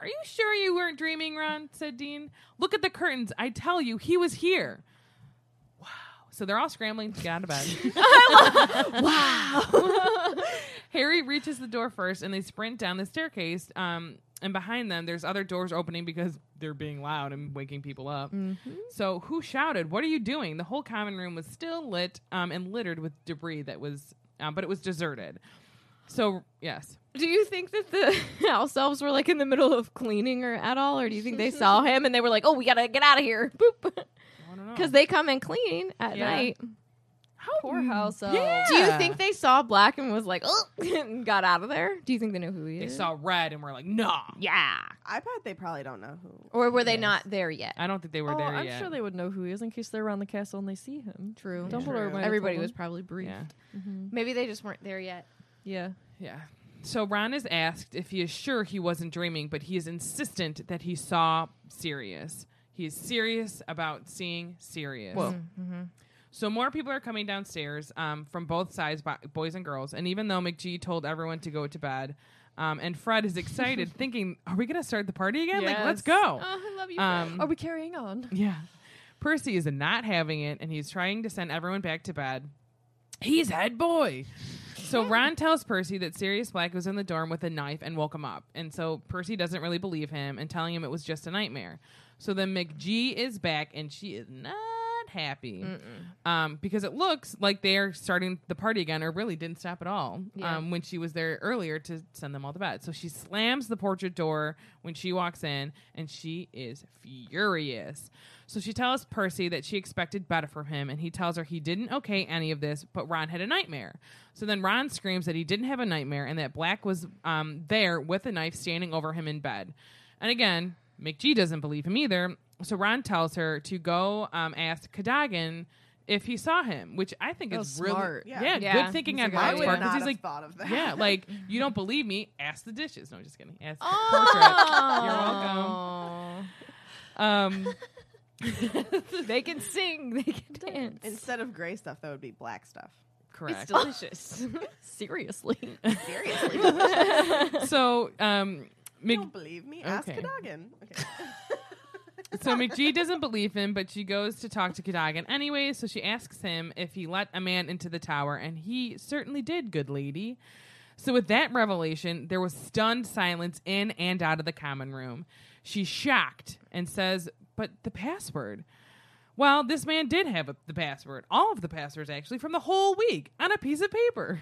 Are you sure you weren't dreaming, Ron? said Dean. Look at the curtains. I tell you, he was here. Wow. So they're all scrambling to get out of bed. wow. Harry reaches the door first and they sprint down the staircase. Um, and behind them, there's other doors opening because they're being loud and waking people up. Mm-hmm. So, who shouted? What are you doing? The whole common room was still lit um, and littered with debris that was, um, but it was deserted. So, yes. Do you think that the (laughs) house elves were like in the middle of cleaning or at all, or do you think (laughs) they saw him and they were like, "Oh, we gotta get out of here," (laughs) boop, I don't know. because they come and clean at Yeah. night? How Poor house elf. Yeah. Do you think they saw Black and was like, "Oh," (laughs) and got out of there? Do you think they know who he they is? saw red and were like, nah. yeah, I bet they probably don't know who. or were they not there yet? I don't think they were Oh, there I'm yet. sure they would know who he is in case they're around the castle and they see him. True. Dumbledore True. might have told Everybody him. was probably briefed. yeah. Maybe they just weren't there yet. Yeah. Yeah. So Ron is asked if he is sure he wasn't dreaming, but he is insistent that he saw Sirius. He is serious about seeing Sirius. Mm-hmm. So more people are coming downstairs um, from both sides, bo- boys and girls. And even though McGee told everyone to go to bed, um, and Fred (laughs) is excited, thinking, "Are we going to start the party again? Like, let's Yes. go!" Oh, I love you. Um, Are we carrying on? (laughs) yeah. Percy is not having it, and he's trying to send everyone back to bed. He's head boy. So Ron tells Percy that Sirius Black was in the dorm with a knife and woke him up. And so Percy doesn't really believe him and telling him it was just a nightmare. So then McGee is back and she is not happy um, because it looks like they are starting the party again or really didn't stop at all um, when she was there earlier to send them all to bed. So she slams the portrait door when she walks in and she is furious. So she tells Percy that she expected better from him and he tells her he didn't okay any of this, but Ron had a nightmare. So then Ron screams that he didn't have a nightmare and that Black was um, there with a knife standing over him in bed. And again, McGee doesn't believe him either. So Ron tells her to go um, ask Cadogan if he saw him, which I think That is was really smart. Yeah, Yeah. Yeah. good thinking He's on like, I Ron's would part not because he's have like, thought of that. yeah, (laughs) like you don't believe me? Ask the dishes. No, just kidding. Ask the portrait. You're welcome. Um, they can sing, (laughs) they can dance. Instead of gray stuff, that would be black stuff. correct. delicious. Seriously. Seriously. so um Mc- don't believe me. Ask Okay. Cadogan. Okay. so McGee doesn't believe him, but she goes to talk to Cadogan anyway. So she asks him if he let a man into the tower, and he certainly did, good lady. So with that revelation, there was stunned silence in and out of the common room. She's shocked and says, "But the password." Well, this man did have a, the password, all of the passwords actually, from the whole week on a piece of paper.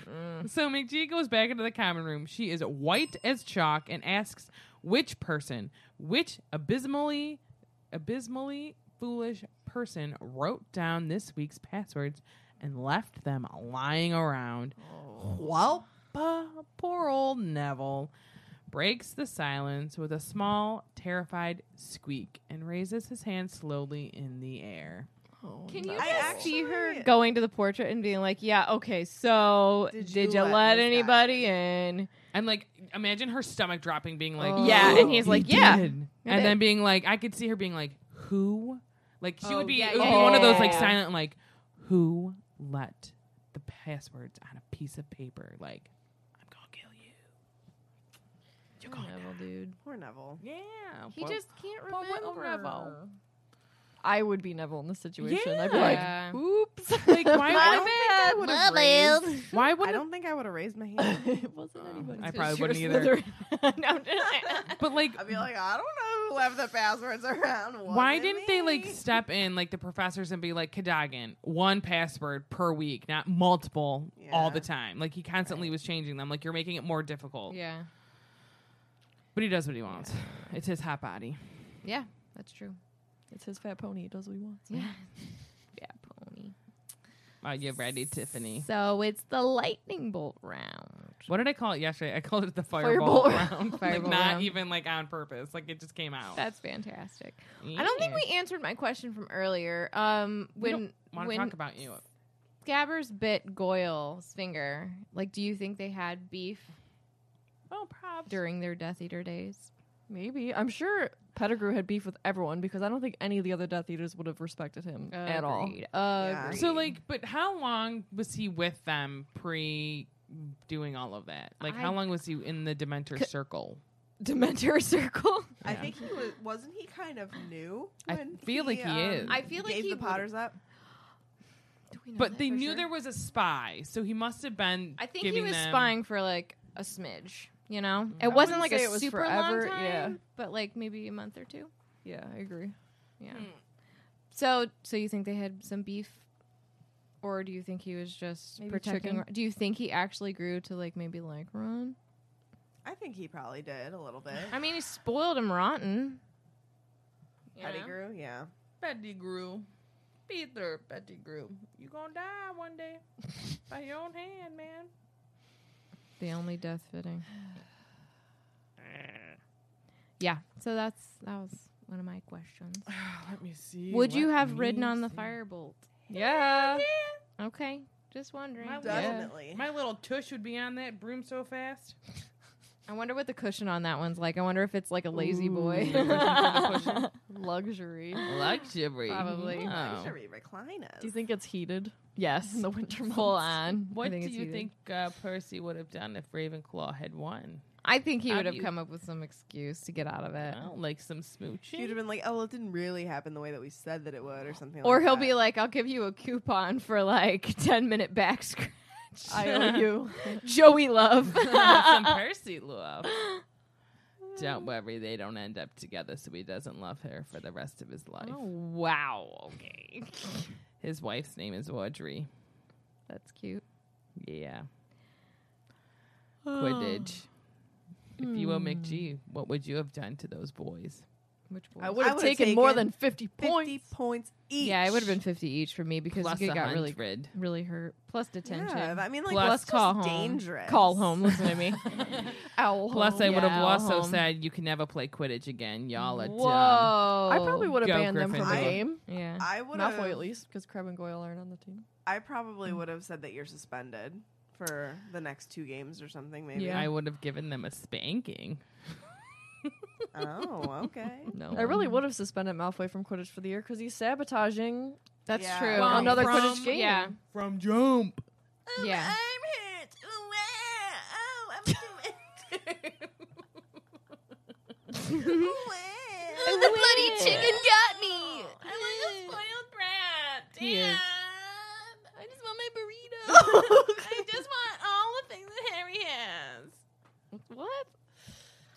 So McGee goes back into the common room. She is white as chalk and asks which person, which abysmally, abysmally foolish person wrote down this week's passwords and left them lying around. Well, pa- poor old Neville breaks the silence with a small, terrified squeak and raises his hand slowly in the air. Oh, Can you I just see her actually- going to the portrait and being like, yeah, okay, so did Did you, you let, let this guy anybody in? And like, imagine her stomach dropping, being like, Oh. Yeah, and he's "He like, yeah. did." did. and then being like, I could see her being like, who? Like she Oh, would be, yeah, it would yeah, be one of those like yeah. silent, like, who let the passwords on a piece of paper? Like, I'm gonna kill you. You're gonna dude. Poor Neville. die. Yeah, He well- just can't well, what a remember. rebel. I would be Neville in this situation. I'd (laughs) be Yeah. (laughs) uh, like, oops. (laughs) Like, why I would- don't think I would My have raised. bad. Why I wouldn't? don't think I would have raised my hand. (laughs) (laughs) it wasn't anybody. I probably wouldn't either. no, But like, I'd be like, I don't know who left the passwords around. Why Wasn't didn't they like me." step in like the professors and be like Cadogan, one password per week, not multiple all Yeah. the time. Like he constantly was changing them. Like you're making it more difficult. yeah. But he does what he wants. It's his hot body. Yeah, that's true. It's his fat pony. He does what he wants. Yeah. Yeah, pony. Are you ready, Tiffany? So it's the lightning bolt round. What did I call it yesterday? I called it the Fireball fireball, (laughs) round. Like, Fireball not round. even like on purpose. Like it just came out. That's fantastic. I don't think we answered my question from earlier. Um, We when want to when talk about you. Scabbers bit Goyle's finger, like, do you think they had beef Oh, props. during their Death Eater days? Maybe. I'm sure Pettigrew had beef with everyone because I don't think any of the other Death Eaters would have respected him Oh, at all. Agreed. Yeah. So like, but how long was he with them pre doing all of that? Like, how I- long was he in the Dementor circle? (laughs) Dementor circle. I think he was. Wasn't he kind of new? I when um, feel like he is. I feel like gave he the would- Potters up. But they knew there was a spy, so he must have been. I think he giving was them- spying for like a smidge. You know, it wasn't Mm. wouldn't like a say it was super forever, long time, yeah. but like maybe a month or two. Yeah, I agree. Yeah. So, so you think they had some beef, or do you think he was just Maybe protecting? chicken. Ron? Do you think he actually grew to like maybe like Ron? I think he probably did a little bit. I mean, he spoiled him rotten. Pettigrew, yeah. Pettigrew. Peter Pettigrew. You gonna die one day by your own hand, man. The only death fitting. yeah. So that's that was one of my questions. (sighs) Let me see. Would you Let have me ridden on the see. firebolt? Yeah. Okay, just wondering. My Yeah. Definitely. My little tush would be on that broom so fast. I wonder what the cushion on that one's like. I wonder if it's like a lazy (laughs) boy. Luxury. Luxury. Probably. Oh. Luxury recliners. Do you think it's heated? (laughs) yes. (laughs) In the winter Full months. on. I What do it's you heated. think uh, Percy would have done if Ravenclaw had won? I think he How would do have you- come up with some excuse to get out of it. Well, like some smooching. (laughs) You'd have been like, oh, well, it didn't really happen the way that we said that it would, or something. Or like he'll that. be like, I'll give you a coupon for like (laughs) 10 minute back scratch. (laughs) I owe you. Joey Love. some Percy love. (gasps) Don't worry, they don't end up together, so he doesn't love her for the rest of his life. Oh, wow. Okay. (laughs) His wife's name is Audrey. That's cute. (sighs) Yeah. Quidditch. If you were Hmm. McG, what would you have done to those boys? Which boy? I Would have would've taken, more taken than 50 points. 50 points each. yeah, it would have been 50 each for me because Plus it a got really, hundred. really hurt. Plus detention. Yeah, I mean, like, Plus Plus that's just call home. dangerous. Call home. Listen (laughs) to me. Owl Plus, I home. would Oh, Yeah, have owl also home. said you can never play Quidditch again, y'all. At, um, Whoa. I probably would have Go, banned them from the Gryffindor. game. uh, Yeah. I would have. Malfoy, at least, because Crab and Goyle aren't on the team. I probably would have said that you're suspended for the next two games or something. Maybe. I would have given them a spanking. (laughs) Oh, okay. No. I really would have suspended Malfoy from Quidditch for the year because he's sabotaging That's Yeah. true. Well, another from- Quidditch game. Yeah. From jump. Yeah. Oh, I'm hurt. Ooh, ah. Oh, I'm doing (laughs) (laughs) Ooh, ah. the bloody chicken got me. I'm like a spoiled brat. He is. Damn. I just want my burrito. I just want all the things that Harry has. What?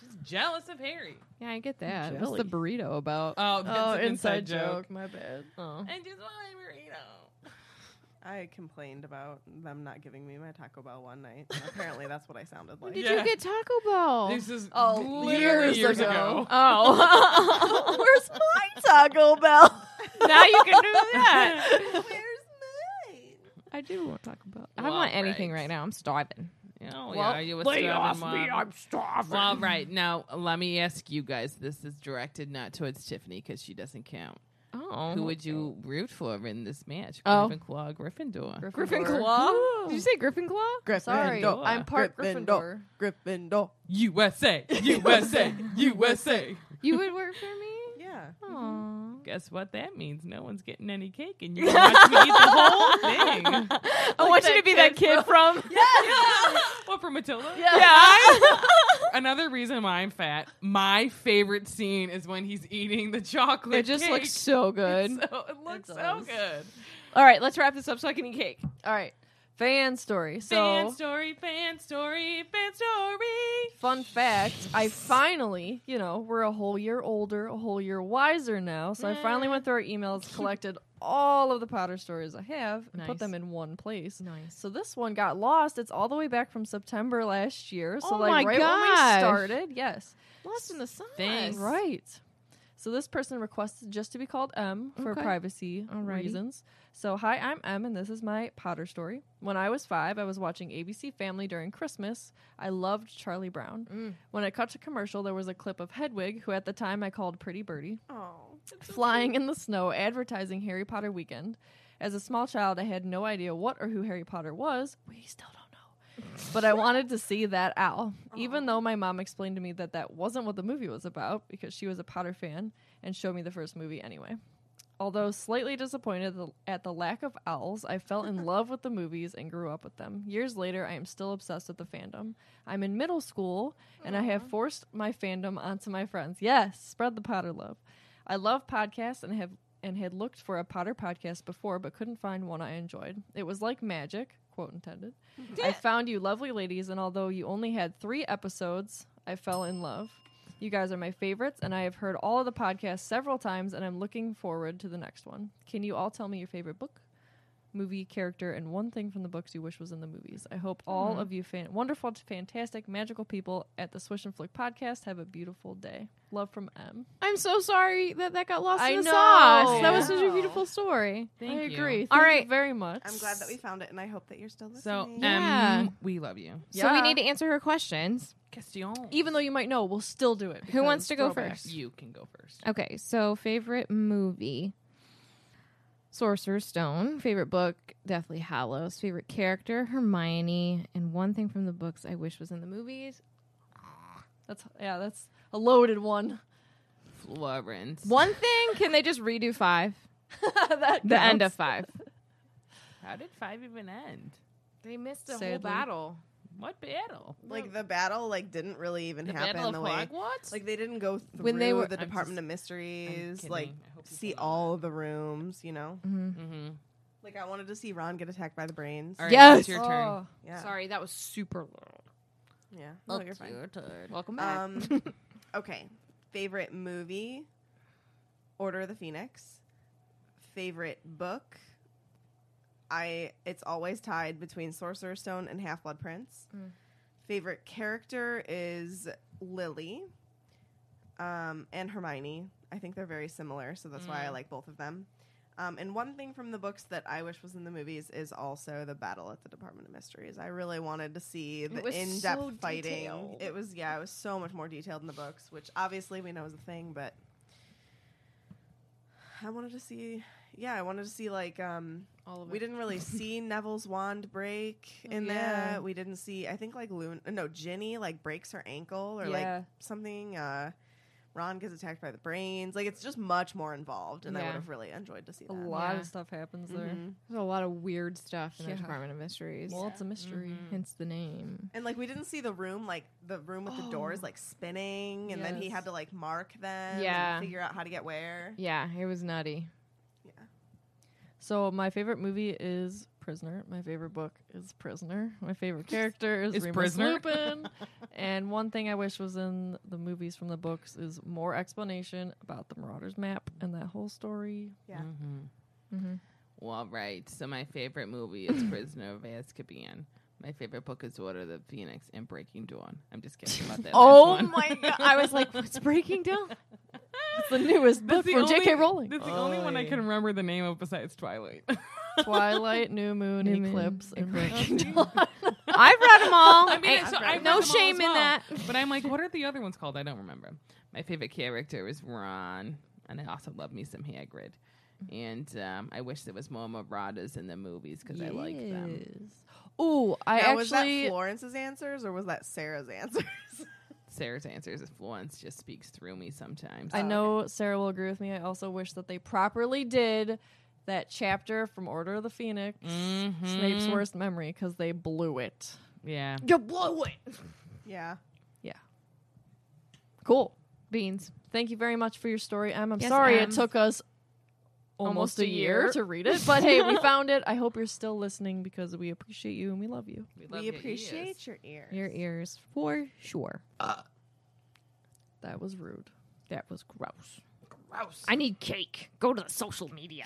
Just jealous of Harry. Yeah, I get that. What's the Jelly. burrito about? Oh, that's Oh, an inside, joke. My bad. Oh. I just want my burrito. I complained about them not giving me my Taco Bell one night. and apparently, that's what I sounded like. (laughs) Did Yeah. you get Taco Bell? This is Oh, literally years ago. oh. (laughs) (laughs) Where's my Taco Bell? now you can do that. Where's mine? I do want Taco Bell. (laughs) I Well, want anything right. right now. I'm starving. Oh, yeah, you were starving, Mom. starving. All right, now let me ask you guys. This is directed not towards Tiffany because she doesn't count. Oh. Who would you root for in this match? Oh. Ravenclaw, Gryffindor. Did you say Gryffindor? Gryffindor. Sorry, Gryffindor. I'm part Gryffindor. Gryffindor. Gryffindor. (laughs) USA, USA, USA. You would work for me? Yeah. Aw. Guess what that means? No one's getting any cake, and you watch me eat the whole thing. (laughs) I want you to be that kid from. What for Matilda? (laughs) (laughs) yeah. Another reason why I'm fat. My favorite scene is when he's eating the chocolate. It just cake. looks so good. So, it looks so does. good. All right, let's wrap this up so I can eat cake. All right, fan story. So, fan story, fan story, fan story. fun fact: I finally, you know, we're a whole year older, a whole year wiser now. So I finally went through (laughs) our emails, collected all of the Potter stories I have, and Nice. put them in one place. Nice. So this one got lost. It's all the way back from September last year. So Oh like my right when we gosh. started. Yes. Lost in the sun. Thanks. Right. So this person requested just to be called M for Okay. privacy Alrighty. reasons. So hi, I'm M, and this is my Potter story. When I was five, I was watching ABC Family during Christmas. I loved Charlie Brown. Mm. When I caught a commercial, there was a clip of Hedwig, who at the time I called Pretty Birdie, Oh. flying in the snow, advertising Harry Potter weekend. As a small child, I had no idea what or who Harry Potter was. We still don't know. but I wanted to see that owl, even though my mom explained to me that that wasn't what the movie was about because she was a Potter fan and showed me the first movie anyway. Although slightly disappointed th- at the lack of owls, I fell in love with the movies and grew up with them. Years later, I am still obsessed with the fandom. I'm in middle school and I have forced my fandom onto my friends. Yes, spread the Potter love. I love podcasts and have and had looked for a Potter podcast before but couldn't find one I enjoyed. It was like magic, quote intended. I found you lovely ladies and although you only had 3 episodes, I fell in love. You guys are my favorites and I have heard all of the podcasts several times and I'm looking forward to the next one. Can you all tell me your favorite book? Movie character and one thing from the books you wish was in the movies. I hope all Hmm. of you fan- wonderful, fantastic, magical people at the Swish and Flick podcast have a beautiful day. Love from M. I'm so sorry that that got lost I in the know. sauce. That was Yeah. such a beautiful story. Thank I you. agree. Thank All you right. very much. I'm glad that we found it, and I hope that you're still So, listening. Yeah. um, we love you. So we Yeah. need to answer her questions. Question. even though you might know, we'll still do it. Who wants to go because throwbacks. first? you can go first. Okay, so favorite movie. Sorcerer's Stone, favorite book, Deathly Hallows, favorite character, Hermione, and one thing from the books I wish was in the movies. That's yeah, that's a loaded one. (laughs) Florence. One thing, can they just redo five? that The end of counts. (laughs) five. How did five even end? They missed a whole Sadly. battle. What battle? like the battle, like didn't really even The battle happen of the way. Hogwarts? Like they didn't go through When they were- the I'm Department just- of Mysteries, kidding. like I hope you see don't know all the rooms. You know, mm-hmm. like I wanted to see Ron get attacked by the brains. All right, Yes! it's your turn. Oh. Yeah, Sorry, that was super long. yeah. No, you're fine. Welcome back. (laughs) Um, okay. Favorite movie? Order of the Phoenix. Favorite book? I. It's always tied between Sorcerer's Stone and Half Blood Prince. Mm. Favorite character is Lily, um, and Hermione. I think they're very similar, so that's Mm. why I like both of them. Um, and one thing from the books that I wish was in the movies is also the battle at the Department of Mysteries. I really wanted to see the was in-depth so fighting. detailed. It was yeah, it was so much more detailed in the books, which obviously we know is a thing, but I wanted to see yeah, I wanted to see like um All of we it. didn't (laughs) really see Neville's wand break in Yeah. that. We didn't see I think like Loon no, Ginny like breaks her ankle or Yeah. like something uh Ron gets attacked by the brains. Like it's just much more involved, and I Yeah. would have really enjoyed to see A that. lot Yeah. of stuff happens there. Mhm. There's a lot of weird stuff in Yeah. the Department of Mysteries. Well, it's a mystery. Hence the name. And like we didn't see the room, like the room with the doors like spinning, and then he Yes. had to like mark them, Yeah. and figure out how to get where. Yeah, it was nutty. So my favorite movie is Prisoner. My favorite book is Prisoner. My favorite character is, Is Remus Prisoner? Lupin. and one thing I wish was in the movies from the books is more explanation about the Marauders map and that whole story. Yeah. Well, all right. So my favorite movie is Prisoner of Azkaban. My favorite book is Order of the Phoenix and Breaking Dawn. I'm just kidding (laughs) about that. Oh last one. god! I was like, "What's breaking down?" It's the newest book the from J.K. only- Rowling. That's the only one I can remember the name of besides Twilight. Twilight, New Moon, New Moon, Eclipse, and and Breaking Breaking Dawn. I've read them (laughs) all. I mean, Ain't- so I've no read them all shame as in well. that. But I'm like, what are the other ones called? I don't remember. My favorite character is Ron, and I also love me some Hagrid. And um, I wish there was more Marauders in the movies because I like them. Ooh, I Now, actually was that Florence's answers or was that Sarah's answers? (laughs) Sarah's answers is Florence just speaks through me sometimes. I know Sarah will agree with me. I also wish that they properly did that chapter from Order of the Phoenix, Snape's Mm-hmm. worst memory, because they blew it. Yeah. You blow it. yeah. Cool. Beans. Thank you very much for your story, Em. I'm Yes, sorry Em. it took us almost, Almost a a year. year. to (laughs) read it, but hey, (laughs) we found it. I hope you're still listening because we appreciate you and we love you. love we your appreciate ears. your ears. Your ears for sure. That was rude. That was gross. Gross. I need cake. Go to the social media.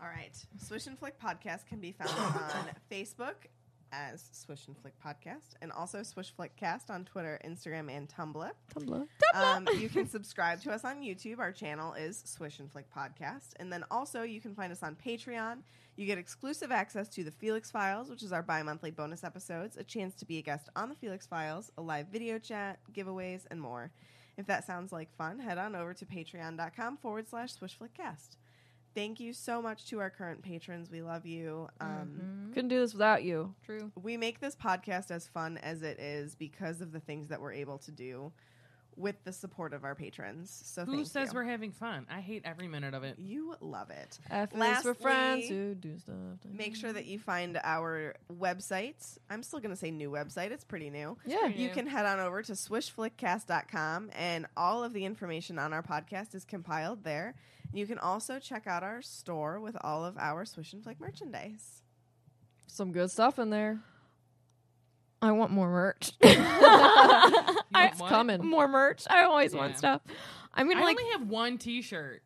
All right. Swish and Flick podcast can be found on Facebook as Swish and Flick podcast, and also Swish Flick cast on Twitter, Instagram, and Tumblr. Tumblr. Um, you can subscribe to us on YouTube. Our channel is Swish and Flick Podcast. And then also, you can find us on Patreon. You get exclusive access to the Felix Files, which is our bi monthly bonus episodes, a chance to be a guest on the Felix Files, a live video chat, giveaways, and more. If that sounds like fun, head on over to patreon.com forward slash swishflickcast. Thank you so much to our current patrons. We love you. Um, Mm-hmm. Couldn't do this without you. True. we make this podcast as fun as it is because of the things that we're able to do with the support of our patrons. So Who thank says you. we're having fun? I hate every minute of it. you love it. F is for friends Lastly, who do stuff. Make sure that you find our websites. I'm still going to say new website. It's pretty new. Yeah. You can head on over to swishflickcast.com and all of the information on our podcast is compiled there. You can also check out our store with all of our Swish and Flick merchandise. Some good stuff in there. I want more (laughs) merch. You It's want coming. more merch. I always Yeah. want stuff. I'm it? gonna I like only have one T-shirt.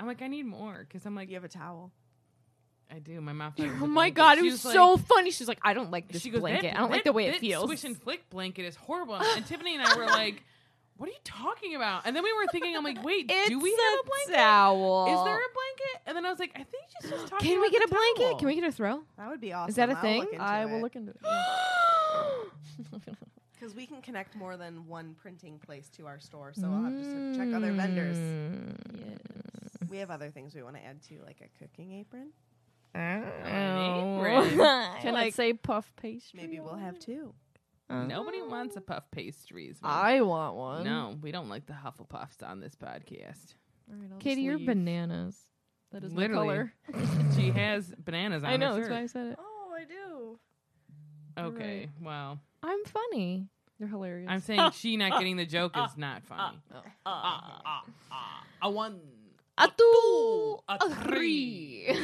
I'm like, I need more because I'm like, You have a towel. I do. My mouth. hurts. Oh my god, it She was, so like- funny. She's like, I don't like this she goes, blanket. "That- I don't like that- the way that it feels. Swish and flick blanket is horrible. And Tiffany and I were like, what are you talking about? And then we were thinking, I'm like, wait, It's do we have a blanket? towel. Is there a blanket? And then I was like, I think she's just talking. Can we about get a the blanket? towel. Can we get a (gasps) throw? That would be awesome. that a I'll thing? Look into I will look (gasps) into it. yeah. because we can connect more than one printing place to our store, so I'll have to sort of check other vendors. Mm, We have other things we want to add too, like a cooking apron. An apron. Can I say puff pastry? Maybe we'll have two. Nobody wants a puff pastries. man. I want one. no, we don't like the Hufflepuffs on this podcast. Katie, you're bananas. That is Literally. my color. She has bananas on I her know, that's why I shirt. said it. Oh, I do. Okay, wow. I'm funny. You're hilarious. I'm saying she not getting the joke is not funny. A one, A two, a three.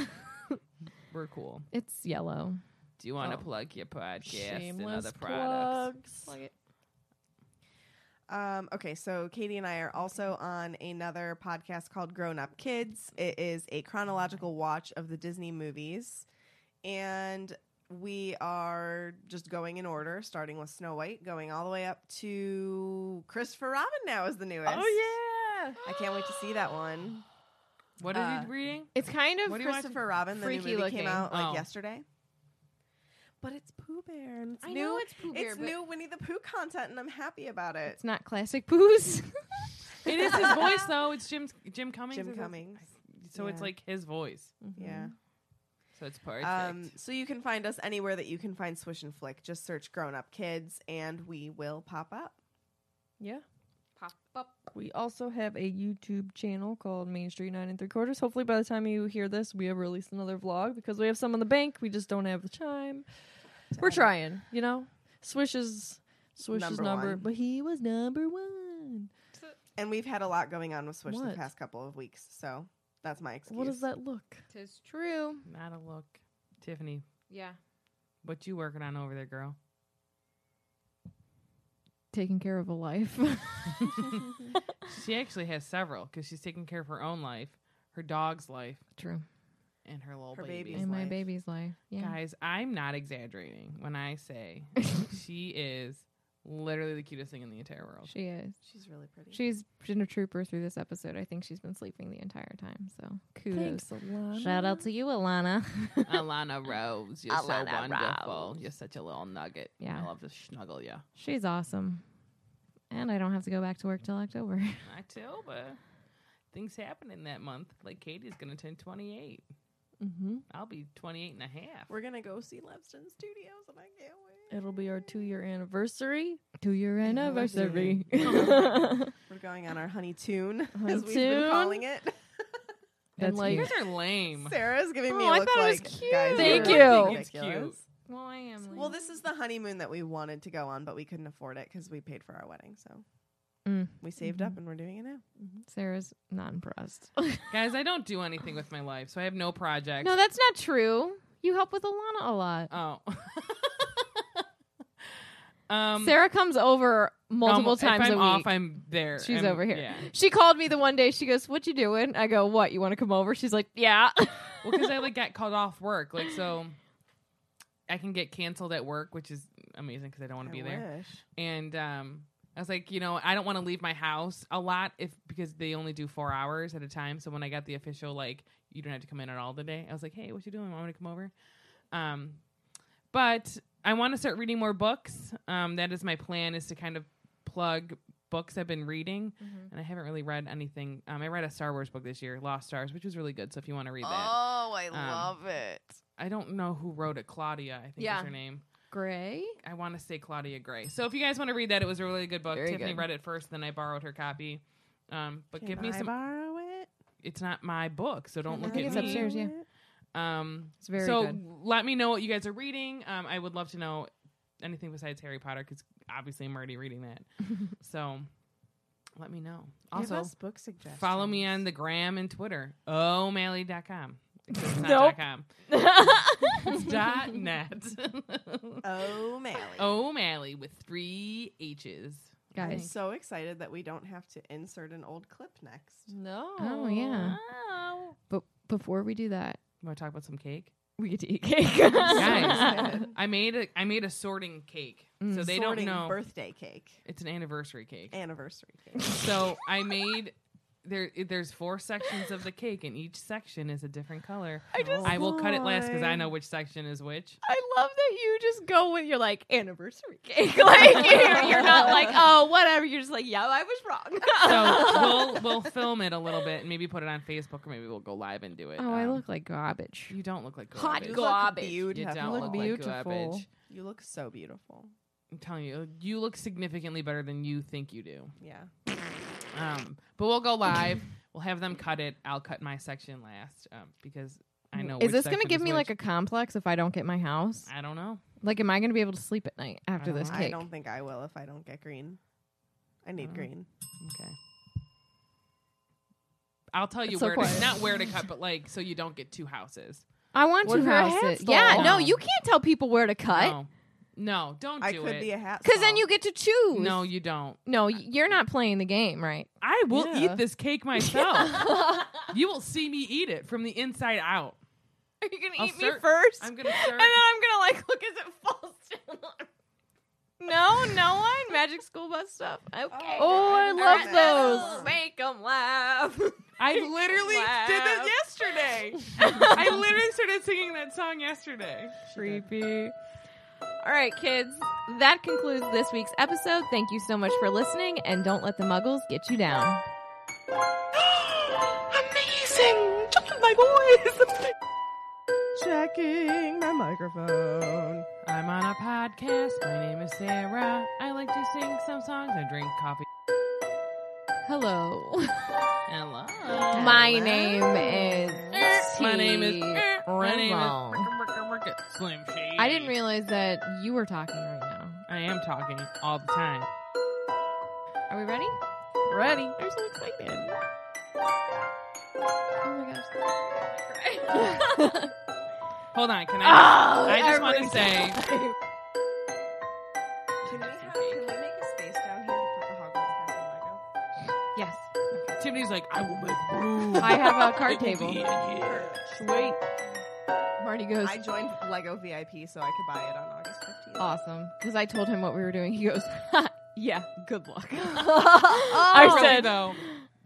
We're cool. (laughs) It's yellow. Do you want to Oh. plug your podcast and Shameless other products? plugs. Um, okay, so Katie and I are also on another podcast called Grown Up Kids. It is a chronological watch of the Disney movies, and we are just going in order, starting with Snow White, going all the way up to Christopher Robin. Now is the newest. Oh I can't wait to see that one. What are Uh, you reading? It's kind of What Christopher Robin, the new Freaky movie looking. came out like Oh. yesterday. But it's Pooh Bear. And it's I new. know it's Pooh Bear, It's but- new Winnie the Pooh content, and I'm happy about it. it's not classic (laughs) poos. (laughs) It is his voice though. It's Jim's Jim Cummings. Jim is his- Cummings. So it's Yeah. like his voice. Yeah. So it's perfect. Um, so you can find us anywhere that you can find Swish and Flick. Just search Grown Up Kids, and we will pop up. Yeah. We also have a YouTube channel called Main Street Nine and Three Quarters. Hopefully, by the time you hear this, we have released another vlog because we have some in the bank. We just don't have the time. We're trying, you know. Swish is Swish is Number number, one. but he was number one. And we've had a lot going on with Swish the What? past couple of weeks, so that's my excuse. What does that look? Tis true. not a look. Tiffany, Yeah. what you working on over there, girl? Taking care of a (laughs) (laughs) life. She actually has several because she's taking care of her own life, her dog's life, True. and her little Her baby. baby's And my life. baby's life. Yeah. Guys, I'm not exaggerating when I (laughs) say she is literally the cutest thing in the entire world. She is. She's really pretty. She's been a trooper through this episode. I think she's been sleeping the entire time. So kudos. Alana. Shout out to you, (laughs) Alana. Alana Rose, you're so Alana wonderful. You're such a little nugget. Yeah. I love to snuggle you. She's awesome. And I don't have to go back to work till October. (laughs) October. Things happen in that month. Like Katie's going to turn 28. Mm-hmm. I'll be 28 and a half. We're gonna go see Levston Studios, and I can't wait. It'll be our two year anniversary. Two year anniversary. anniversary. We're going on our honey tune, (laughs) as we've Honeytoon? been calling it. and That's like you guys are lame. Sarah's giving me Oh, a I look thought it was like, cute. guys, Thank really you. It's cute. ridiculous. well, I am. Well, this is the honeymoon that we wanted to go on, but we couldn't afford it because we paid for our wedding. So Mm. we saved up and we're doing it now. Sarah's not impressed. Guys, I don't do anything with my life, so I have no (laughs) projects. no, that's not true. You help with Alana a lot. (laughs) oh. (laughs) um, Sarah comes over multiple um, times if I'm a off, week. I'm there. She's I'm- over here. Yeah. (laughs) She called me the one day. She goes, "What you doing?" I go, "What? You want to come over?" She's like, "Yeah." (laughs) Well, because I like got called off work, like so, I can get canceled at work, which is amazing because I don't want to be there. Wish. And um, I was like, you know, I don't want to leave my house a lot if because they only do four hours at a time. So when I got the official like, you don't have to come in at all today, I was like, hey, what you doing? Want me to come over? Um, but I want to start reading more books. Um, that is my plan is to kind of plug books I've been reading, Mm-hmm. Mhm. and I haven't really read anything. Um, I read a Star Wars book this year, Lost Stars, which was really good. So if you want to read that, Oh, I Um, love it. I don't know who wrote it. Claudia, I think Yeah. is her name. Gray. I want to say Claudia Gray. So if you guys want to read that, it was a really good book. Very Tiffany good. read it first, then I borrowed her copy. Um, but give me I some. borrow it? it's not my book, so don't I look think at it's me. upstairs, yeah. Um, It's very so good. let me know what you guys are reading. Um, I would love to know anything besides Harry Potter because obviously I'm already reading (laughs) that. so let me know. Give Also, us book suggestions. follow me on the gram and Twitter. O'Malley.com. (laughs) It's not Nope. dot com. It's dot net. (laughs) Oh, Mally. O'Malley with three H's. I'm Guys. so excited that we don't have to insert an old clip next. No. Oh, yeah. Oh. But before we do that, Want to talk about some cake? we get to (laughs) eat cake. (laughs) Guys, I made a I made a sorting cake, Mm. so they Sorting don't know. birthday cake, it's an anniversary cake. Eh. anniversary cake. so I made there. it- There's four sections of the cake, and each section is a different color. I just I will cut it last because I know which section (laughs) is which. I love that you just go with your like anniversary cake. (laughs) Like you're, you're (laughs) not like oh whatever. You're just like yeah, I was wrong. So we'll we'll film it a little bit and maybe put it on Facebook or maybe we'll go live and do it. oh, I Um, look like garbage. You don't look like Hot garbage. You look Garbage. You beautiful. don't look look, like beautiful. garbage. You look so beautiful. I'm telling you, you look significantly better than you think you do. Yeah. Um, but we'll go live. we'll have them cut it. I'll cut my section last um, because I know. Is which this gonna section give me like which. a complex if I don't get my house? I don't know. Like, am I gonna be able to sleep at night after don't this know. cake? I don't think I will if I don't get green. I need Oh. green. Okay. I'll tell you It's so where to, quiet. not where to cut, but like so you don't get two houses. I want What to if you're a house hat it. stall? Yeah, no, No. you can't tell people where to cut No, Oh. no, don't I do could it. be a hat. because Because then you get to choose. no, you don't. no, y- you're not playing the game, right? I will Yeah. eat this cake myself. you will see me eat it from the inside out. (laughs) Are you gonna I'll eat me cer- first? I'm gonna (laughs) serve. and then I'm gonna like look as it (laughs) falls down. No, no one. Magic school bus stuff. Okay. Oh, I love Alright. those. Make them laugh. I literally did Wow. that yesterday. I literally started singing that song yesterday. Creepy. All right, kids. That concludes this week's episode. Thank you so much for listening, and don't let the muggles get you down. checking my microphone. I'm on a podcast. My name is Sarah. I like to sing some songs and drink coffee. Hello. (laughs) Hello. Eh, My name is. My name T. is. eh. My name Renvall. is. Slim Shady. I didn't realize that you were talking right now. I am talking all the time. Are we ready? Ready. I'm so excited. Oh my gosh. (laughs) Hold on. Can Ah! I? I I (laughs) just want to say. Can we, have, can we make a space down here to put the Hogwarts Castle Lego? Yes. Tiffany's like, I will make room. I have a card (laughs) It will table. be in here. Sweet. Marty goes, I joined Lego VIP so I could buy it on August 15th. Oh, awesome. Because I told him what we were doing. He goes, (laughs) yeah, good (laughs) luck. (laughs) Really, I said, though.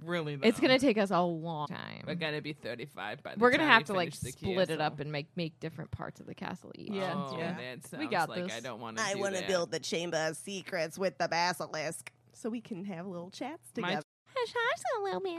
Really though. Oh. it's going to take us a long time. We're gonna be 35 by the We're gonna time have we to like finish the split it castle. up and make make different parts of the castle each. Yeah. oh, Yeah. That sounds We got like I this. don't want to. want wanna to the Chamber of Secrets with the basilisk. So we can have little chats My together. Hush, hush, (laughs) little man.